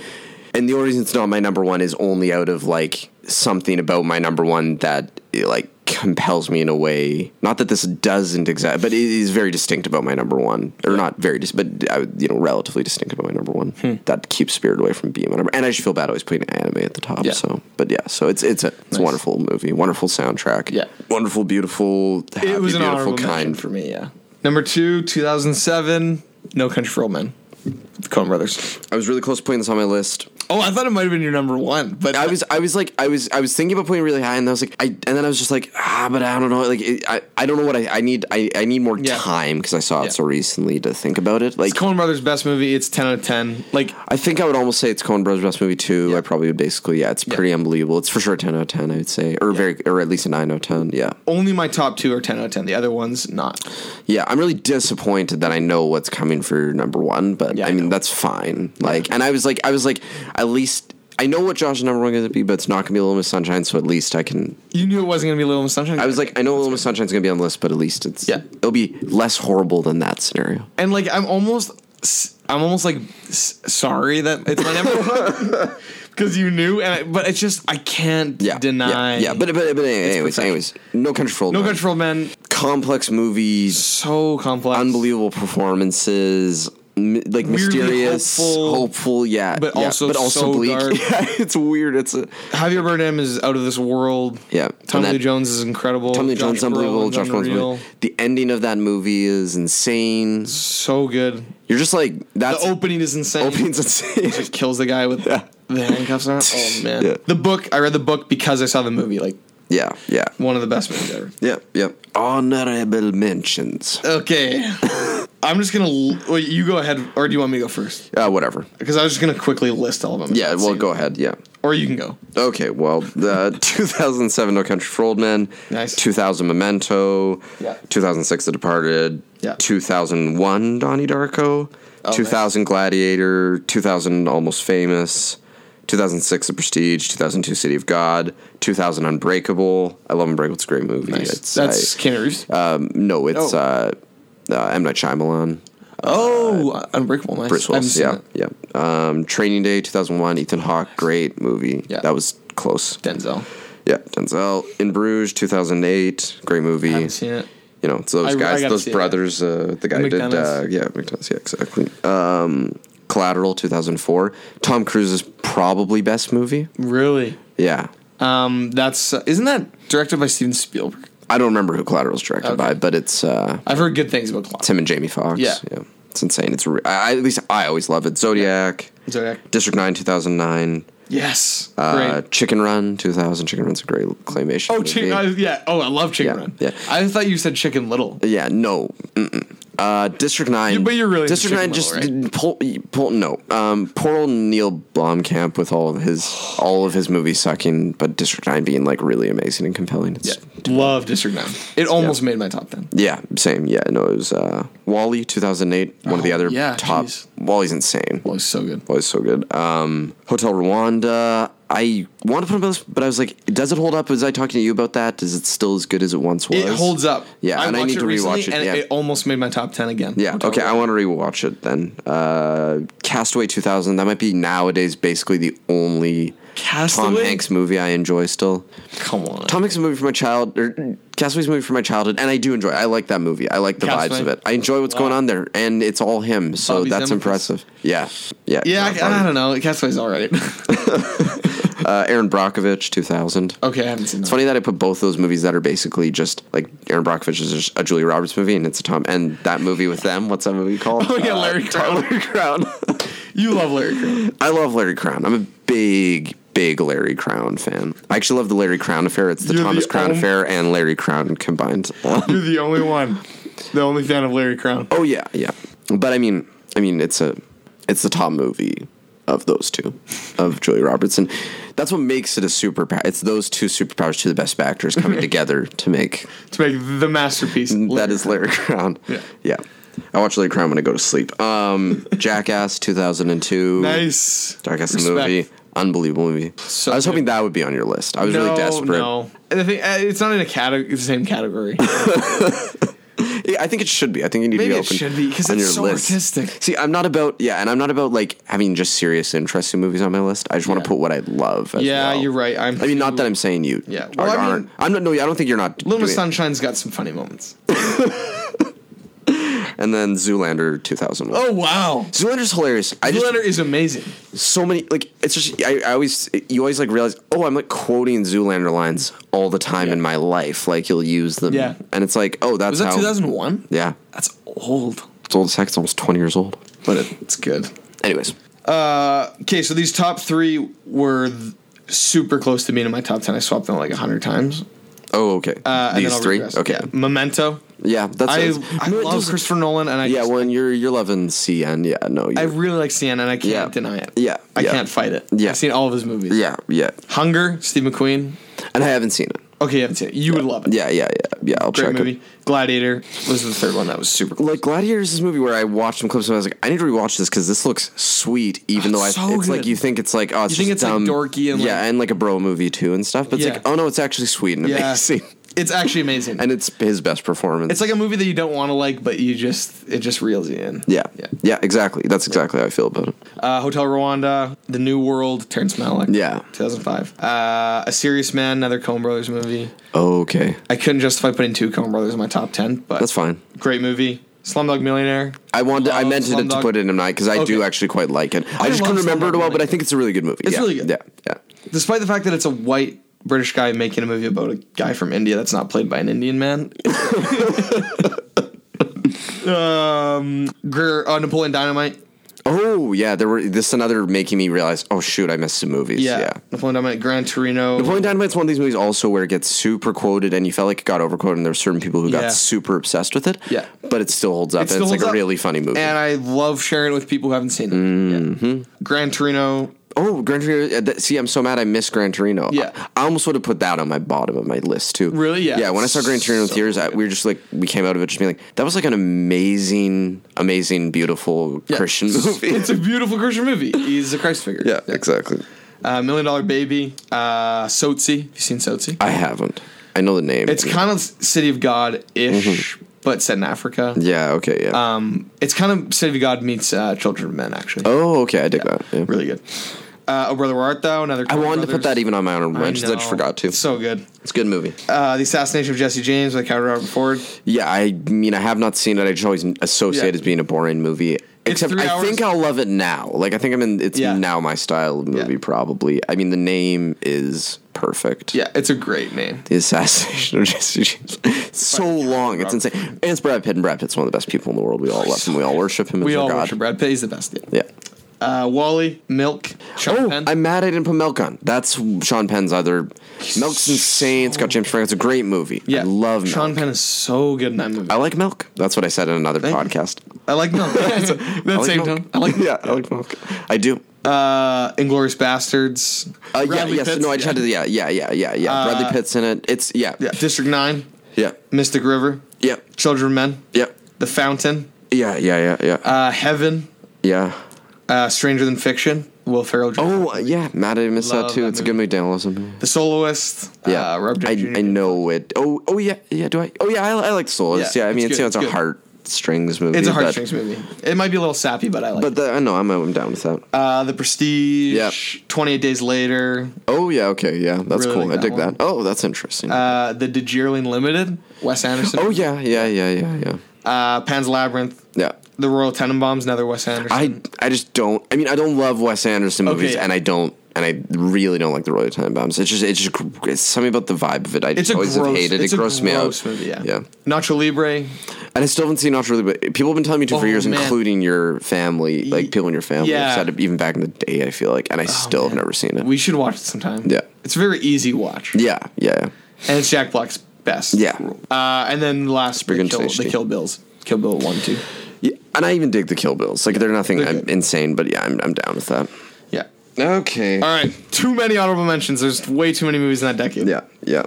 Speaker 1: and the only reason it's not my number one is only out of like something about my number one that eh, like compels me in a way. Not that this doesn't exact, but it is very distinct about my number one, or not very, dis- but I would, you know, relatively distinct about my number one.
Speaker 2: Hmm.
Speaker 1: That keeps Spirit away from being my number. And I just feel bad always putting anime at the top.
Speaker 2: Yeah.
Speaker 1: So, but yeah, so it's it's a it's a wonderful movie, wonderful soundtrack.
Speaker 2: Yeah.
Speaker 1: wonderful, beautiful,
Speaker 2: it was an
Speaker 1: beautiful,
Speaker 2: honorable
Speaker 1: kind.
Speaker 2: kind for me. Yeah. Number two, 2007, No Country for Old Men, the Coen Brothers.
Speaker 1: I was really close to putting this on my list.
Speaker 2: Oh, I thought it might have been your number one, but
Speaker 1: I was, I was like, I was, I was thinking about putting it really high, and I was like, I, and then I was just like, ah, but I don't know, like, it, I, I don't know what I, I need, I, I need more time 'cause
Speaker 2: Yeah.
Speaker 1: time because I saw it
Speaker 2: Yeah.
Speaker 1: so recently to think about it. Like,
Speaker 2: it's Coen Brothers' best movie. It's ten out of ten. Like
Speaker 1: I think I would almost say it's Coen Brothers' best movie too. I probably would basically, yeah, it's pretty unbelievable. It's for sure a ten out of ten, I would say, or very, or at least a nine out of ten. Yeah,
Speaker 2: only my top two are ten out of ten. The other ones not.
Speaker 1: yeah. I'm really disappointed that I know what's coming for number one, but
Speaker 2: Yeah,
Speaker 1: I
Speaker 2: I
Speaker 1: mean
Speaker 2: know.
Speaker 1: that's fine. Like, and I was like, I was like, at least I know what Josh's number one going to be, but it's not going to be Little Miss Sunshine, so at least I can
Speaker 2: You knew it wasn't gonna be Little Miss Sunshine.
Speaker 1: I was like, I know Little Miss Sunshine's gonna be on the list, but at least it's
Speaker 2: Yeah.
Speaker 1: it'll be less horrible than that scenario.
Speaker 2: and like I'm almost, s- I'm almost like s- sorry that it's my number one
Speaker 1: (laughs)
Speaker 2: because you knew. And I, but it's just I can't
Speaker 1: Yeah,
Speaker 2: deny.
Speaker 1: Yeah, yeah. but but, but anyways,
Speaker 2: perfection.
Speaker 1: anyways, no Country for Old
Speaker 2: No
Speaker 1: Men.
Speaker 2: Country for Old Men,
Speaker 1: complex movies,
Speaker 2: so complex,
Speaker 1: unbelievable performances. m- Like mysterious, hopeful,
Speaker 2: hopeful,
Speaker 1: yeah,
Speaker 2: but
Speaker 1: yeah,
Speaker 2: also so
Speaker 1: (laughs)
Speaker 2: dark.
Speaker 1: Yeah, it's weird. It's a
Speaker 2: Javier Bardem is out of this world.
Speaker 1: Yeah, and
Speaker 2: Tommy
Speaker 1: that-
Speaker 2: Lee Jones is incredible.
Speaker 1: Tommy Lee Jones,
Speaker 2: Josh
Speaker 1: is unbelievable.
Speaker 2: Brolin's
Speaker 1: Josh Brolin's
Speaker 2: unreal.
Speaker 1: unbelievable. The ending of that movie is insane.
Speaker 2: so good.
Speaker 1: You're just like
Speaker 2: The
Speaker 1: that's
Speaker 2: opening is insane.
Speaker 1: opening's insane.
Speaker 2: Just kills the guy with the handcuffs on. Oh man.
Speaker 1: (laughs) Yeah.
Speaker 2: The book. I read the book because I saw the movie. Like
Speaker 1: (laughs) yeah, yeah,
Speaker 2: one of the best movies ever.
Speaker 1: yeah, yeah. Honorable mentions. (laughs)
Speaker 2: Okay. I'm just gonna. l- Wait, you go ahead, or do you want me to go first?
Speaker 1: Uh, whatever.
Speaker 2: Because I was just gonna quickly list all of them.
Speaker 1: Yeah,
Speaker 2: Let's
Speaker 1: well,
Speaker 2: see.
Speaker 1: go ahead. Yeah.
Speaker 2: Or you can go.
Speaker 1: Okay, well,
Speaker 2: (laughs)
Speaker 1: the 2007 No Country for Old Men,
Speaker 2: Nice.
Speaker 1: 2000 Memento,
Speaker 2: Yeah.
Speaker 1: 2006 The Departed,
Speaker 2: Yeah. Oh,
Speaker 1: 2001 Donnie Darko, 2000 Gladiator, 2000 Almost Famous, 2006 The Prestige, 2002 City of God, 2000 Unbreakable. I love Unbreakable; it's a great movie. It's
Speaker 2: That's
Speaker 1: I- uh,
Speaker 2: Keanu Reeves.
Speaker 1: um, no, it's
Speaker 2: Oh.
Speaker 1: uh, uh, M Night Shyamalan.
Speaker 2: Oh, Unbreakable. Nice. I haven't
Speaker 1: Bristol's.
Speaker 2: seen
Speaker 1: Yeah,
Speaker 2: it.
Speaker 1: yeah. Um, Training Day, two thousand one. Ethan Hawke, great movie.
Speaker 2: Yeah.
Speaker 1: that was close.
Speaker 2: Denzel.
Speaker 1: Yeah, Denzel in Bruges, two thousand eight. Great movie.
Speaker 2: I haven't seen it.
Speaker 1: You know, it's those
Speaker 2: I- I
Speaker 1: guys,
Speaker 2: gotta
Speaker 1: those
Speaker 2: see it,
Speaker 1: brothers. Uh, the guy who did, uh,
Speaker 2: McDonough's.
Speaker 1: yeah, McDonald's. Yeah, exactly. Um, Collateral, two thousand four. Tom Cruise's probably best movie.
Speaker 2: Really?
Speaker 1: Yeah,
Speaker 2: Um, that's uh, isn't that directed by Steven Spielberg?
Speaker 1: I don't remember who Collateral's directed
Speaker 2: Okay.
Speaker 1: by, but it's uh,
Speaker 2: I've heard good things about
Speaker 1: it's
Speaker 2: Clock.
Speaker 1: him and Jamie Foxx.
Speaker 2: Yeah.
Speaker 1: it's insane. It's re- I, I- at least I always love it. Zodiac,
Speaker 2: Zodiac.
Speaker 1: District Nine, two thousand nine.
Speaker 2: Yes.
Speaker 1: Uh,
Speaker 2: Great.
Speaker 1: Chicken Run 2000. Chicken Run's a great claymation.
Speaker 2: Oh,
Speaker 1: movie.
Speaker 2: chicken. Uh, yeah. Oh, I love Chicken
Speaker 1: Yeah,
Speaker 2: Run.
Speaker 1: yeah.
Speaker 2: I thought you said Chicken Little.
Speaker 1: yeah, no. Mm-mm. Uh, District 9.
Speaker 2: You- but you're really into
Speaker 1: District 9
Speaker 2: Chicken
Speaker 1: just
Speaker 2: Little,
Speaker 1: did pull, pull, no. Um, poor old Neil Blomkamp with all of his all of his movies sucking, but District 9 being like really amazing and compelling. It's,
Speaker 2: Love District Nine. It almost made my top ten.
Speaker 1: yeah. same. Yeah, no, it was uh, Wally 2008, one of the
Speaker 2: Oh,
Speaker 1: other
Speaker 2: yeah,
Speaker 1: top.
Speaker 2: jeez.
Speaker 1: Wally's insane.
Speaker 2: Well, it's so good.
Speaker 1: was so good. Um, Hotel Rwanda. I want to put it on this, but I was like, does it hold up? Was I talking to you about that? Is it still as good as it once was?
Speaker 2: It holds up.
Speaker 1: Yeah, and I
Speaker 2: watched
Speaker 1: need to rewatch
Speaker 2: recently,
Speaker 1: it,
Speaker 2: And
Speaker 1: yeah.
Speaker 2: it almost made my top ten again.
Speaker 1: Yeah.
Speaker 2: Hotel
Speaker 1: okay. I
Speaker 2: Room.
Speaker 1: want to rewatch it then. Uh, Castaway 2000. That might be nowadays basically the only Tom
Speaker 2: Castaway?
Speaker 1: Hanks movie I enjoy still.
Speaker 2: Come on.
Speaker 1: Tom Hanks movie from my child or Castaway's a movie from my childhood, and I do enjoy. It. I like that movie. I like the vibes
Speaker 2: Castaway?
Speaker 1: of it. I enjoy what's going on there, and it's all him. So
Speaker 2: Bobby
Speaker 1: that's
Speaker 2: Zemeckis?
Speaker 1: impressive. Yeah. Yeah.
Speaker 2: yeah,
Speaker 1: no,
Speaker 2: I, I
Speaker 1: Bobby.
Speaker 2: don't know. Castaway's all right. (laughs)
Speaker 1: Uh, Aaron Brockovich 2000.
Speaker 2: okay, I haven't seen that.
Speaker 1: It's funny that I put both those movies that are basically just like Aaron Brockovich is just a Julia Roberts movie and it's a Tom and that movie with them. What's that movie called?
Speaker 2: (laughs)
Speaker 1: Uh,
Speaker 2: Oh, yeah, Larry Crown.
Speaker 1: Larry Crown.
Speaker 2: You love Larry
Speaker 1: (laughs)
Speaker 2: Crown.
Speaker 1: I love Larry Crown. I'm a big, big Larry Crown fan. I actually love the Larry Crown affair. It's the
Speaker 2: You're
Speaker 1: Thomas
Speaker 2: the
Speaker 1: Crown
Speaker 2: only-
Speaker 1: affair and Larry Crown combined. (laughs) Um,
Speaker 2: You're the only one. The only fan of Larry Crown.
Speaker 1: oh yeah, yeah. But I mean, I mean, it's a, it's the top movie of those two, of Julia Roberts, and that's what makes it a superpower. It's those two superpowers, two of the best actors (laughs) coming together to make
Speaker 2: To make the masterpiece.
Speaker 1: That is Larry Crown.
Speaker 2: Yeah.
Speaker 1: Yeah. I watch Larry Crown when I go to sleep. Um, Jackass (laughs) 2002.
Speaker 2: nice.
Speaker 1: Jackass
Speaker 2: Respect.
Speaker 1: movie. Unbelievable movie.
Speaker 2: So
Speaker 1: I was
Speaker 2: good.
Speaker 1: hoping that would be on your list. I was really desperate.
Speaker 2: No, and the thing, uh, it's not in a category. The
Speaker 1: (laughs)
Speaker 2: same category.
Speaker 1: Yeah, I think it should be. I think you need
Speaker 2: Maybe
Speaker 1: to be
Speaker 2: it
Speaker 1: open
Speaker 2: should be, 'cause
Speaker 1: on
Speaker 2: it's
Speaker 1: your
Speaker 2: so
Speaker 1: list.
Speaker 2: artistic.
Speaker 1: See, I'm not about yeah, and I'm not about like having just serious, interesting movies on my list. I just want
Speaker 2: Yeah.
Speaker 1: to put what I love. As
Speaker 2: Yeah,
Speaker 1: well.
Speaker 2: you're right. I'm
Speaker 1: I mean, not
Speaker 2: too-
Speaker 1: that I'm saying you.
Speaker 2: Yeah.
Speaker 1: Well,
Speaker 2: Well, I
Speaker 1: I
Speaker 2: mean-
Speaker 1: am not. No, I don't think you're not.
Speaker 2: Little Miss
Speaker 1: doing it.
Speaker 2: Sunshine's got some funny moments.
Speaker 1: And then Zoolander 2001.
Speaker 2: Oh wow,
Speaker 1: Zoolander's hilarious. I just,
Speaker 2: Zoolander is amazing.
Speaker 1: so many like it's just I, I always you always like realize oh I'm like quoting Zoolander lines all the time in my life like you'll use them
Speaker 2: Yeah.
Speaker 1: and it's like oh that's
Speaker 2: Was that
Speaker 1: how
Speaker 2: 2001?
Speaker 1: yeah
Speaker 2: That's old,
Speaker 1: it's old sex almost twenty years old
Speaker 2: but it, it's good.
Speaker 1: anyways
Speaker 2: Uh, Okay, so these top three were th- super close to being in my top ten. I swapped them like hundred times.
Speaker 1: oh okay
Speaker 2: Uh, and then
Speaker 1: these
Speaker 2: I'll
Speaker 1: three
Speaker 2: regress.
Speaker 1: okay
Speaker 2: Yeah. Memento.
Speaker 1: yeah that's
Speaker 2: I,
Speaker 1: that's-
Speaker 2: I love Christopher Nolan, and I
Speaker 1: yeah
Speaker 2: just-
Speaker 1: when you're you're loving CN yeah no you
Speaker 2: I really like CNN, and I can't
Speaker 1: Yeah.
Speaker 2: deny it.
Speaker 1: Yeah.
Speaker 2: I
Speaker 1: Yeah.
Speaker 2: can't fight it.
Speaker 1: Yeah.
Speaker 2: I've seen all of his movies.
Speaker 1: yeah yeah
Speaker 2: Hunger, Steve McQueen.
Speaker 1: and I haven't seen it
Speaker 2: Okay, you haven't seen it. You would love it.
Speaker 1: yeah yeah yeah yeah I'll
Speaker 2: Great
Speaker 1: check
Speaker 2: movie.
Speaker 1: it
Speaker 2: Gladiator was the third one that was super cool.
Speaker 1: like Gladiator is this movie where I watched some clips and I was like, I need to rewatch this because this looks sweet. Even
Speaker 2: Oh,
Speaker 1: though I,
Speaker 2: it's so
Speaker 1: it's like
Speaker 2: good.
Speaker 1: you think it's like oh, it's
Speaker 2: You think
Speaker 1: just
Speaker 2: it's, like,
Speaker 1: dumb.
Speaker 2: dorky and,
Speaker 1: yeah,
Speaker 2: like-
Speaker 1: and like a bro movie too and stuff. But it's
Speaker 2: Yeah.
Speaker 1: like oh no, it's actually sweet and
Speaker 2: Yeah.
Speaker 1: amazing, (laughs)
Speaker 2: It's actually amazing.
Speaker 1: and it's his best performance.
Speaker 2: it's like a movie that you don't want to like, but you just it just reels you in.
Speaker 1: yeah,
Speaker 2: Yeah.
Speaker 1: yeah, exactly. That's exactly how I feel about it.
Speaker 2: Uh, Hotel Rwanda, The New World, Terrence Malick.
Speaker 1: Yeah.
Speaker 2: 2005. Uh, a Serious Man, another Coen Brothers movie.
Speaker 1: Okay,
Speaker 2: I couldn't justify putting two Coen Brothers in my top ten, but
Speaker 1: that's fine.
Speaker 2: Great movie. Slumdog Millionaire.
Speaker 1: I wanted, I
Speaker 2: Love
Speaker 1: meant it to
Speaker 2: Slumdog-
Speaker 1: put it in tonight because I do
Speaker 2: Okay.
Speaker 1: actually quite like it. I, just
Speaker 2: love
Speaker 1: couldn't remember it
Speaker 2: Slumdog
Speaker 1: well, but I
Speaker 2: Millionaire.
Speaker 1: think it's a really good movie.
Speaker 2: It's
Speaker 1: yeah,
Speaker 2: really good.
Speaker 1: Yeah, yeah.
Speaker 2: despite the fact that it's a white British guy making a movie about a guy from India that's not played by an
Speaker 1: (laughs)
Speaker 2: Indian man. um, Greer, uh, Napoleon Dynamite.
Speaker 1: Oh yeah, there were. This is another making me realize. Oh shoot, I missed some movies.
Speaker 2: Yeah.
Speaker 1: yeah.
Speaker 2: Napoleon Dynamite, Gran Torino.
Speaker 1: Napoleon Dynamite's one of these movies also where it gets super quoted and you felt like it got overquoted and there were certain people who got
Speaker 2: Yeah.
Speaker 1: super obsessed with it.
Speaker 2: Yeah.
Speaker 1: But it still holds up
Speaker 2: It
Speaker 1: and
Speaker 2: still
Speaker 1: it's like
Speaker 2: holds
Speaker 1: a
Speaker 2: up.
Speaker 1: really funny movie.
Speaker 2: and I love sharing it with people who haven't seen it. Yeah.
Speaker 1: Mm-hmm.
Speaker 2: Gran Torino.
Speaker 1: oh, Gran Torino. uh, that- See, I'm so mad I missed Gran Torino.
Speaker 2: Yeah.
Speaker 1: I, I almost would have put that on my bottom of my list too.
Speaker 2: Really? Yeah.
Speaker 1: Yeah. When I saw Gran Torino in
Speaker 2: So
Speaker 1: theaters, I, we were just like, we came out of it just being like, that was like an amazing, amazing, beautiful
Speaker 2: Yeah.
Speaker 1: Christian
Speaker 2: (laughs)
Speaker 1: movie.
Speaker 2: It's a beautiful Christian movie. He's a Christ figure.
Speaker 1: exactly.
Speaker 2: Uh, Million Dollar Baby. Uh, Sozi. Have you seen Sozi?
Speaker 1: I haven't. I know the name.
Speaker 2: It's kind of City of God ish, but set in Africa.
Speaker 1: Mm-hmm. Yeah. Okay. Yeah.
Speaker 2: Um, it's kind of City of God meets uh, Children of Men, actually.
Speaker 1: oh, okay. I dig that. Yeah.
Speaker 2: Really good. Uh, oh, Brother Where Art Thou, another.
Speaker 1: I wanted to put that
Speaker 2: Brothers.
Speaker 1: even on my own
Speaker 2: I
Speaker 1: range because I just
Speaker 2: know.
Speaker 1: forgot to.
Speaker 2: It's so good.
Speaker 1: It's a good movie.
Speaker 2: Uh, the Assassination of Jesse James by Coward Robert Ford.
Speaker 1: Yeah, I mean, I have not seen it. I just always associate
Speaker 2: Yeah.
Speaker 1: it as being a boring movie. Except
Speaker 2: three
Speaker 1: I
Speaker 2: hours-
Speaker 1: think I'll love it now. Like I think I'm in. It's
Speaker 2: Yeah.
Speaker 1: now my style of movie.
Speaker 2: Yeah.
Speaker 1: Probably. I mean, the name is perfect.
Speaker 2: Yeah, it's a great name.
Speaker 1: The assassination of Jesse James. so long. It's insane. And it's Brad Pitt. And Brad Pitt's one of the best people in the world. We all love him. We all worship him. as
Speaker 2: We
Speaker 1: our
Speaker 2: all
Speaker 1: Oh God.
Speaker 2: worship Brad Pitt. He's the best. Yeah.
Speaker 1: Yeah.
Speaker 2: Uh, Wally, Milk, Sean
Speaker 1: Oh,
Speaker 2: Penn.
Speaker 1: I'm mad I didn't put Milk on. That's Sean Penn's other. Milk's insane. It's got James Franco. It's a great movie.
Speaker 2: yeah,
Speaker 1: I love Milk.
Speaker 2: Sean Penn is so good in that movie.
Speaker 1: I like Milk. That's what I said in another
Speaker 2: you.
Speaker 1: podcast.
Speaker 2: I like (laughs) Milk. that
Speaker 1: I like
Speaker 2: same
Speaker 1: Milk.
Speaker 2: tone. I like
Speaker 1: yeah, I like Milk. I do.
Speaker 2: uh, Inglorious Bastards.
Speaker 1: Uh, yeah,
Speaker 2: Bradley
Speaker 1: yes,
Speaker 2: Pitts,
Speaker 1: no, I just had to. Yeah, yeah, yeah, yeah, yeah.
Speaker 2: Uh,
Speaker 1: Bradley Pitt's in it. It's yeah,
Speaker 2: yeah. District Nine,
Speaker 1: yeah,
Speaker 2: Mystic River,
Speaker 1: yeah,
Speaker 2: Children of Men,
Speaker 1: yeah,
Speaker 2: The Fountain,
Speaker 1: yeah, yeah, yeah, yeah.
Speaker 2: uh, Heaven,
Speaker 1: yeah.
Speaker 2: uh, Stranger Than Fiction, Will Ferrell. Jr.
Speaker 1: Oh uh, yeah, Matt, I missed that
Speaker 2: Love
Speaker 1: too.
Speaker 2: that
Speaker 1: it's a good movie. Down, listen.
Speaker 2: The Soloist.
Speaker 1: Yeah,
Speaker 2: uh, Rob
Speaker 1: I,
Speaker 2: Downey Jr.
Speaker 1: I know it. Oh, oh yeah, yeah. Do I? Oh yeah, I, I like Solace. Yeah,
Speaker 2: Yeah,
Speaker 1: I mean,
Speaker 2: it's
Speaker 1: it's, you know,
Speaker 2: good,
Speaker 1: it's,
Speaker 2: it's
Speaker 1: a
Speaker 2: good.
Speaker 1: heartstrings movie.
Speaker 2: It's a
Speaker 1: but-
Speaker 2: heartstrings movie. It might be a little sappy, but I like.
Speaker 1: But
Speaker 2: it.
Speaker 1: the, I know I'm, I'm down with that.
Speaker 2: Uh, the Prestige.
Speaker 1: Yeah.
Speaker 2: Twenty Eight Days Later.
Speaker 1: Oh yeah, okay, yeah, that's
Speaker 2: Really
Speaker 1: cool.
Speaker 2: like
Speaker 1: I
Speaker 2: that
Speaker 1: dig
Speaker 2: one.
Speaker 1: that. Oh, that's interesting.
Speaker 2: Uh, the DeGierling Limited. Wes Anderson.
Speaker 1: oh yeah, yeah, yeah, yeah, yeah,
Speaker 2: Uh, Pan's Labyrinth.
Speaker 1: yeah.
Speaker 2: The Royal Tenenbaums. Another Wes Anderson.
Speaker 1: I I just don't. I mean, I don't love Wes Anderson movies,
Speaker 2: Okay.
Speaker 1: and I don't, and I really don't like the Royal Tenenbaums. It's just, it's just, gr- it's something about the vibe of it. I
Speaker 2: it's
Speaker 1: just
Speaker 2: a
Speaker 1: always
Speaker 2: gross.
Speaker 1: have hated.
Speaker 2: It's
Speaker 1: it
Speaker 2: a
Speaker 1: grossed me
Speaker 2: gross
Speaker 1: out.
Speaker 2: movie. Yeah.
Speaker 1: yeah.
Speaker 2: Nacho Libre.
Speaker 1: And I still haven't seen Not Really, but people have been telling me to for
Speaker 2: Oh,
Speaker 1: years,
Speaker 2: man.
Speaker 1: including your family, like people in your family.
Speaker 2: yeah. Oh,
Speaker 1: Said it even back in the day, I feel like, and I still have
Speaker 2: man.
Speaker 1: never seen it.
Speaker 2: We should watch it sometime.
Speaker 1: Yeah.
Speaker 2: It's a very easy watch.
Speaker 1: yeah, yeah,
Speaker 2: And it's Jack Black's best.
Speaker 1: Yeah.
Speaker 2: Uh, and then last,
Speaker 1: Big
Speaker 2: the
Speaker 1: and
Speaker 2: kill,
Speaker 1: tasty.
Speaker 2: the kill Bills. Kill Bill 1, 2.
Speaker 1: yeah. And I even dig the Kill Bills. Like they're nothing
Speaker 2: They're
Speaker 1: I'm
Speaker 2: good.
Speaker 1: insane, but yeah, I'm I'm down with that.
Speaker 2: Yeah.
Speaker 1: Okay.
Speaker 2: All right. Too many honorable mentions. There's way too many movies in that decade.
Speaker 1: Yeah, yeah.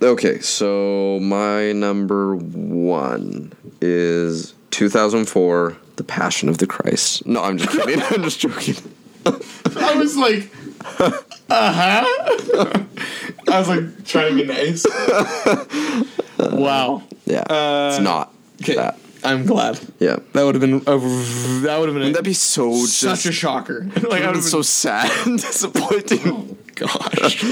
Speaker 1: Okay, so my number one is 2004, The Passion of the Christ. No, I'm just kidding. (laughs) I'm just joking.
Speaker 2: (laughs) I was like, uh huh. (laughs) I was like trying to
Speaker 1: (laughs)
Speaker 2: be nice. wow.
Speaker 1: Yeah, it's not
Speaker 2: Okay.
Speaker 1: that.
Speaker 2: I'm glad.
Speaker 1: Yeah,
Speaker 2: That would have been a, that would have been a,
Speaker 1: that'd be so
Speaker 2: such
Speaker 1: just.
Speaker 2: a shocker. (laughs) like I would have been
Speaker 1: so sad and (laughs) disappointing. (laughs)
Speaker 2: gosh.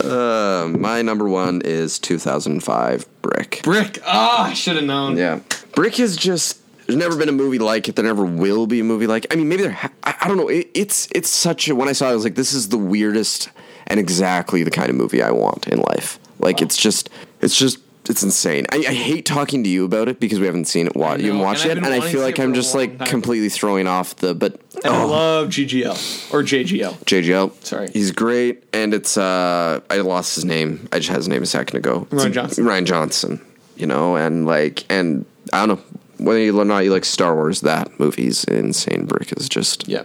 Speaker 1: Uh, my number one is 2005 Brick.
Speaker 2: Brick. Ah, I should have known.
Speaker 1: Yeah, Um, Brick is just. There's never been a movie like it. There never will be a movie like. I mean, maybe there. Ha- I, I don't know. It, it's it's such a. When I saw it, I was like, this is the weirdest and exactly the kind of movie I want in life. Like it's just it's just it's insane. I, I hate talking to you about it because we haven't seen it. Wa- you haven't
Speaker 2: know,
Speaker 1: watched
Speaker 2: and I've
Speaker 1: it,
Speaker 2: been
Speaker 1: and I
Speaker 2: wanting
Speaker 1: feel
Speaker 2: to see
Speaker 1: like
Speaker 2: it
Speaker 1: I'm
Speaker 2: for a
Speaker 1: just
Speaker 2: long
Speaker 1: like
Speaker 2: time.
Speaker 1: completely throwing off the. But
Speaker 2: And I
Speaker 1: oh.
Speaker 2: love GGL or JGL.
Speaker 1: JGL.
Speaker 2: Sorry.
Speaker 1: He's great. And it's, uh, I lost his name. I just had his name a second ago.
Speaker 2: Ryan
Speaker 1: It's-
Speaker 2: Johnson.
Speaker 1: Ryan Johnson, you know, and like, and I don't know. Whether you or not you like Star Wars, that movie's insane. Brick is just.
Speaker 2: Yeah.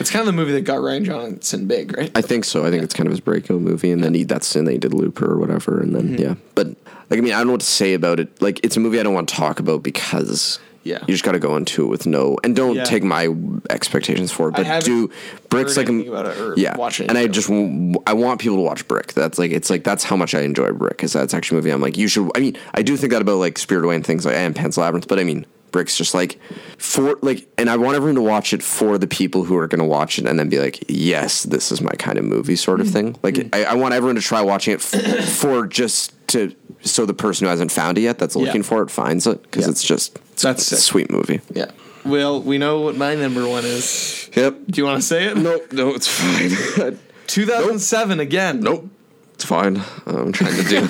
Speaker 2: It's kind of the movie that got Ryan Johnson big, right?
Speaker 1: I think so. I think it's kind of his breakout movie, and then he that's and then he did Looper or whatever, and
Speaker 2: Mm-hmm.
Speaker 1: then yeah. But like, I mean, I don't know what to say about it. Like, it's a movie I don't want to talk about because
Speaker 2: Yeah.
Speaker 1: you just got to go into it with no and don't
Speaker 2: Yeah.
Speaker 1: take my expectations for it. But
Speaker 2: haven't
Speaker 1: do Brick's
Speaker 2: heard
Speaker 1: like a
Speaker 2: anything about it or
Speaker 1: yeah,
Speaker 2: watched
Speaker 1: and I
Speaker 2: anything
Speaker 1: just w- I want people to watch Brick. That's like it's like that's how much I enjoy Brick. Is that's actually a movie I'm like you should. I mean, I do think that about like Spirit Away and things like and Pan's Labyrinth, but I mean. Brick's just like for like, and I want everyone to watch it for the people who are going to watch it, and then be like, "Yes, this is my kind of movie," sort of thing. Like, I, I want everyone to try watching it f- for just to so the person who hasn't found it yet, that's looking for it, finds it because
Speaker 2: Yeah.
Speaker 1: it's just it's,
Speaker 2: That's
Speaker 1: it's a
Speaker 2: sick.
Speaker 1: sweet movie.
Speaker 2: Yeah. Well, we know what my number one is.
Speaker 1: Yep.
Speaker 2: Do you want to say it?
Speaker 1: Nope. No, it's fine.
Speaker 2: 2007 again.
Speaker 1: nope. It's fine. I'm trying to
Speaker 2: (laughs)
Speaker 1: do.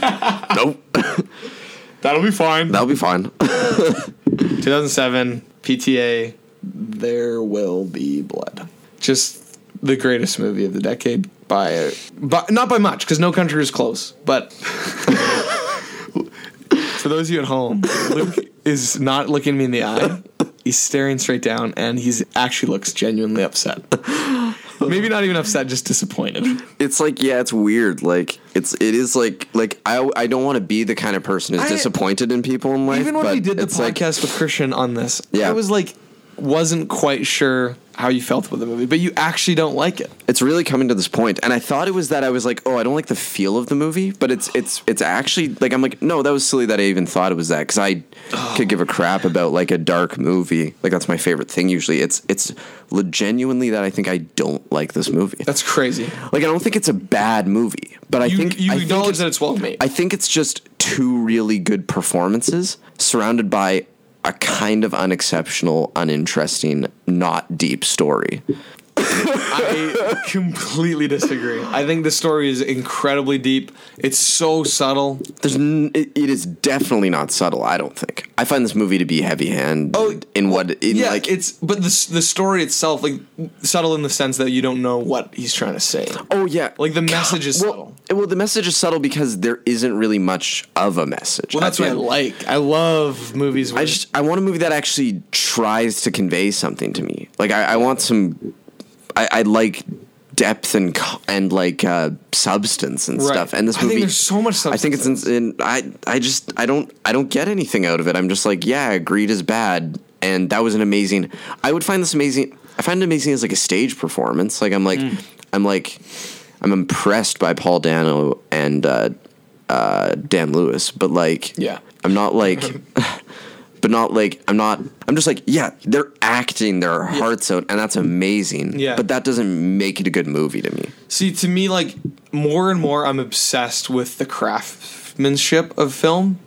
Speaker 1: nope.
Speaker 2: That'll be fine.
Speaker 1: That'll be fine.
Speaker 2: 2007 PTA. There will be blood. Just the greatest movie of the decade by, by not by much because no country is close. But for those of you at home, Luke is not looking me in the eye. He's staring straight down, and he's actually looks genuinely upset. Maybe not even upset, just disappointed.
Speaker 1: It's like yeah, it's weird. Like it's it is like like I I don't want to be the kind of person who's
Speaker 2: I-
Speaker 1: disappointed in people in life.
Speaker 2: Even when
Speaker 1: but
Speaker 2: we did the
Speaker 1: it's like-
Speaker 2: podcast with Christian on this,
Speaker 1: Yeah.
Speaker 2: I was like, wasn't quite sure how you felt with the movie, but you actually don't like it.
Speaker 1: It's really coming to this point, and I thought it was that I was like, oh, I don't like the feel of the movie, but it's it's it's actually like I'm like, no, that was silly that I even thought it was that because
Speaker 2: (sighs)
Speaker 1: I could give a crap about like a dark movie. Like that's my favorite thing usually. It's it's genuinely that I think I don't like this movie.
Speaker 2: That's crazy.
Speaker 1: Like I don't think it's a bad movie, but I
Speaker 2: you
Speaker 1: think
Speaker 2: you
Speaker 1: I think
Speaker 2: acknowledge
Speaker 1: it's-
Speaker 2: that it's well made.
Speaker 1: I think it's just two really good performances surrounded by a kind of unexceptional, uninteresting, not deep story.
Speaker 2: I (laughs) completely disagree. I think the story is incredibly deep. It's so subtle.
Speaker 1: There's n- it, it is definitely not subtle. I don't think. I find this movie to be heavy-handed in what in
Speaker 2: Oh, yeah,
Speaker 1: like
Speaker 2: it's but the s- the story itself like subtle in the sense that you don't know what he's trying to say.
Speaker 1: oh yeah,
Speaker 2: Like the message is
Speaker 1: well,
Speaker 2: subtle.
Speaker 1: well the message is subtle because there isn't really much of a message.
Speaker 2: Well,
Speaker 1: at
Speaker 2: that's
Speaker 1: the
Speaker 2: what I
Speaker 1: end.
Speaker 2: like. I love movies. Where
Speaker 1: I just I want a movie that actually tries to convey something to me. Like I, I want some. I, I like depth and co- and like uh, substance and
Speaker 2: Right.
Speaker 1: stuff. And this
Speaker 2: I
Speaker 1: movie,
Speaker 2: think there's so much
Speaker 1: I think it's in, in. I I just I don't I don't get anything out of it. I'm just like yeah, greed is bad, and that was an amazing. I would find this amazing. I find it amazing as like a stage performance. Like I'm like
Speaker 2: Hmm.
Speaker 1: I'm like I'm impressed by Paul Dano and uh, uh, Dan Lewis, but like
Speaker 2: Yeah.
Speaker 1: I'm not
Speaker 2: (laughs)
Speaker 1: like, but not like I'm not. I'm just like, yeah, they're acting their hearts out, and that's amazing.
Speaker 2: Yeah.
Speaker 1: but that doesn't make it a good movie to me.
Speaker 2: See, to me, like more and more, I'm obsessed with the craftsmanship of film.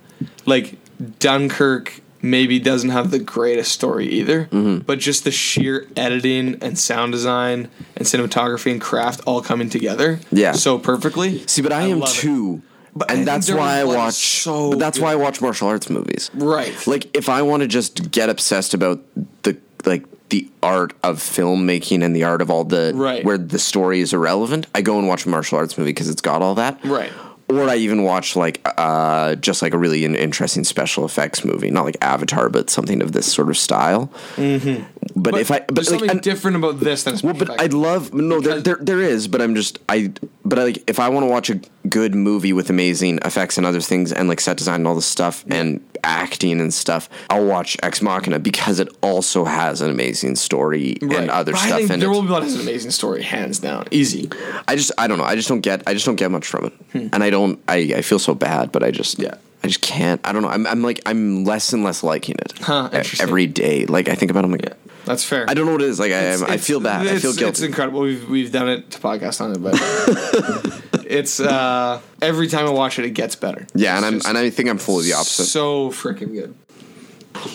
Speaker 2: Like Dunkirk maybe doesn't have the greatest story either,
Speaker 1: Mm-hmm.
Speaker 2: but just the sheer editing and sound design and cinematography and craft all coming together,
Speaker 1: Yeah.
Speaker 2: so perfectly.
Speaker 1: See, but I, am
Speaker 2: love it.
Speaker 1: too,
Speaker 2: But I
Speaker 1: and
Speaker 2: think
Speaker 1: that's
Speaker 2: Dirty
Speaker 1: why I
Speaker 2: Blood is
Speaker 1: watch.
Speaker 2: so
Speaker 1: but that's why I
Speaker 2: good.
Speaker 1: watch martial arts movies.
Speaker 2: Right.
Speaker 1: Like if I want to just get obsessed about the like the art of filmmaking and the art of all the
Speaker 2: Right.
Speaker 1: where the story is irrelevant, I go and watch a martial arts movie because it's got all that.
Speaker 2: Right.
Speaker 1: Or I even watch like uh, just like a really in- interesting special effects movie, not like Avatar, but something of this sort of style. Mm-hmm. But, if I but
Speaker 2: there's
Speaker 1: like
Speaker 2: something
Speaker 1: an-
Speaker 2: different about this than
Speaker 1: well, but I love no, there, there there is, but I'm just I, but I like if I want to watch a good movie with amazing effects and other things and like set design and all this stuff and acting and stuff, I'll watch Ex Machina because it also has an amazing story and other
Speaker 2: I
Speaker 1: stuff
Speaker 2: think
Speaker 1: in
Speaker 2: There
Speaker 1: it.
Speaker 2: Will Be Blood has an amazing story, hands down, easy.
Speaker 1: I just I don't know. I just don't get I just don't get much from it, and I don't I I feel so bad, but I just
Speaker 2: Hmm. Yeah.
Speaker 1: I just can't. I don't know. I'm, I'm like I'm less and less liking it
Speaker 2: Huh,
Speaker 1: E-
Speaker 2: interesting.
Speaker 1: every day. Like I think about it, I'm like
Speaker 2: That's fair.
Speaker 1: I don't know what it is. Like I am, I
Speaker 2: It's-
Speaker 1: feel bad. I
Speaker 2: it's-
Speaker 1: feel guilty.
Speaker 2: It's incredible. We've we've done it to podcast on it, but (laughs) it's uh, every time I watch it, it gets better.
Speaker 1: yeah, and
Speaker 2: It's
Speaker 1: I'm
Speaker 2: just
Speaker 1: and I think I'm full of the opposite.
Speaker 2: So freaking good.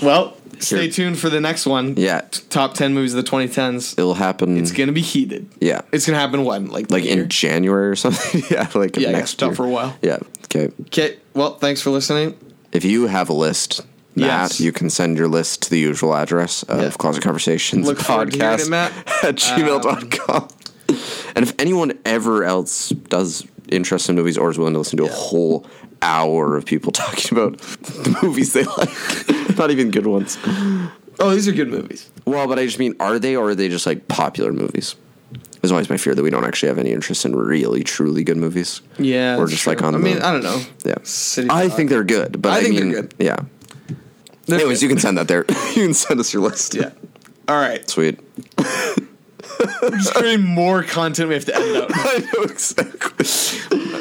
Speaker 2: Well, stay
Speaker 1: Here.
Speaker 2: tuned for the next one.
Speaker 1: Yeah.
Speaker 2: top ten movies of the 2010s.
Speaker 1: It'll happen.
Speaker 2: It's gonna be heated.
Speaker 1: yeah,
Speaker 2: It's gonna happen when like
Speaker 1: like
Speaker 2: year?
Speaker 1: in January or (laughs) something. yeah, like
Speaker 2: yeah, next
Speaker 1: next
Speaker 2: stuff
Speaker 1: year.
Speaker 2: for a while.
Speaker 1: yeah. Okay.
Speaker 2: Okay. Well, thanks for listening.
Speaker 1: If you have a list, Matt,
Speaker 2: Yes.
Speaker 1: you can send your list to the usual address of
Speaker 2: Yeah.
Speaker 1: Closet Conversations
Speaker 2: Look forward to hearing
Speaker 1: podcast
Speaker 2: it, Matt.
Speaker 1: (laughs)
Speaker 2: Um,
Speaker 1: at gmail.com. and if anyone ever else does interest in movies or is willing to listen to a whole hour of people (laughs) talking about the movies they like, not even good ones.
Speaker 2: Oh, these are good movies.
Speaker 1: Well, but I just mean, are they or are they just like popular movies? Is always my fear that we don't actually have any interest in really, truly good movies.
Speaker 2: Yeah,
Speaker 1: Or
Speaker 2: that's
Speaker 1: just
Speaker 2: true.
Speaker 1: like on
Speaker 2: I
Speaker 1: the-
Speaker 2: mean, I don't know.
Speaker 1: Yeah.
Speaker 2: City
Speaker 1: I
Speaker 2: Pod.
Speaker 1: think they're good, but
Speaker 2: I
Speaker 1: I,
Speaker 2: think they're
Speaker 1: mean,
Speaker 2: good.
Speaker 1: Yeah.
Speaker 2: They're
Speaker 1: Anyways,
Speaker 2: good.
Speaker 1: you can send that there. (laughs) you can send us your list.
Speaker 2: yeah.
Speaker 1: (laughs)
Speaker 2: All right. (laughs)
Speaker 1: Sweet.
Speaker 2: Just creating more content we have to edit out.
Speaker 1: I know exactly.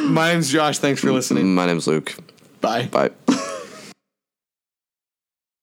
Speaker 2: My name's Josh. Thanks for listening.
Speaker 1: My name's Luke.
Speaker 2: Bye.
Speaker 1: Bye.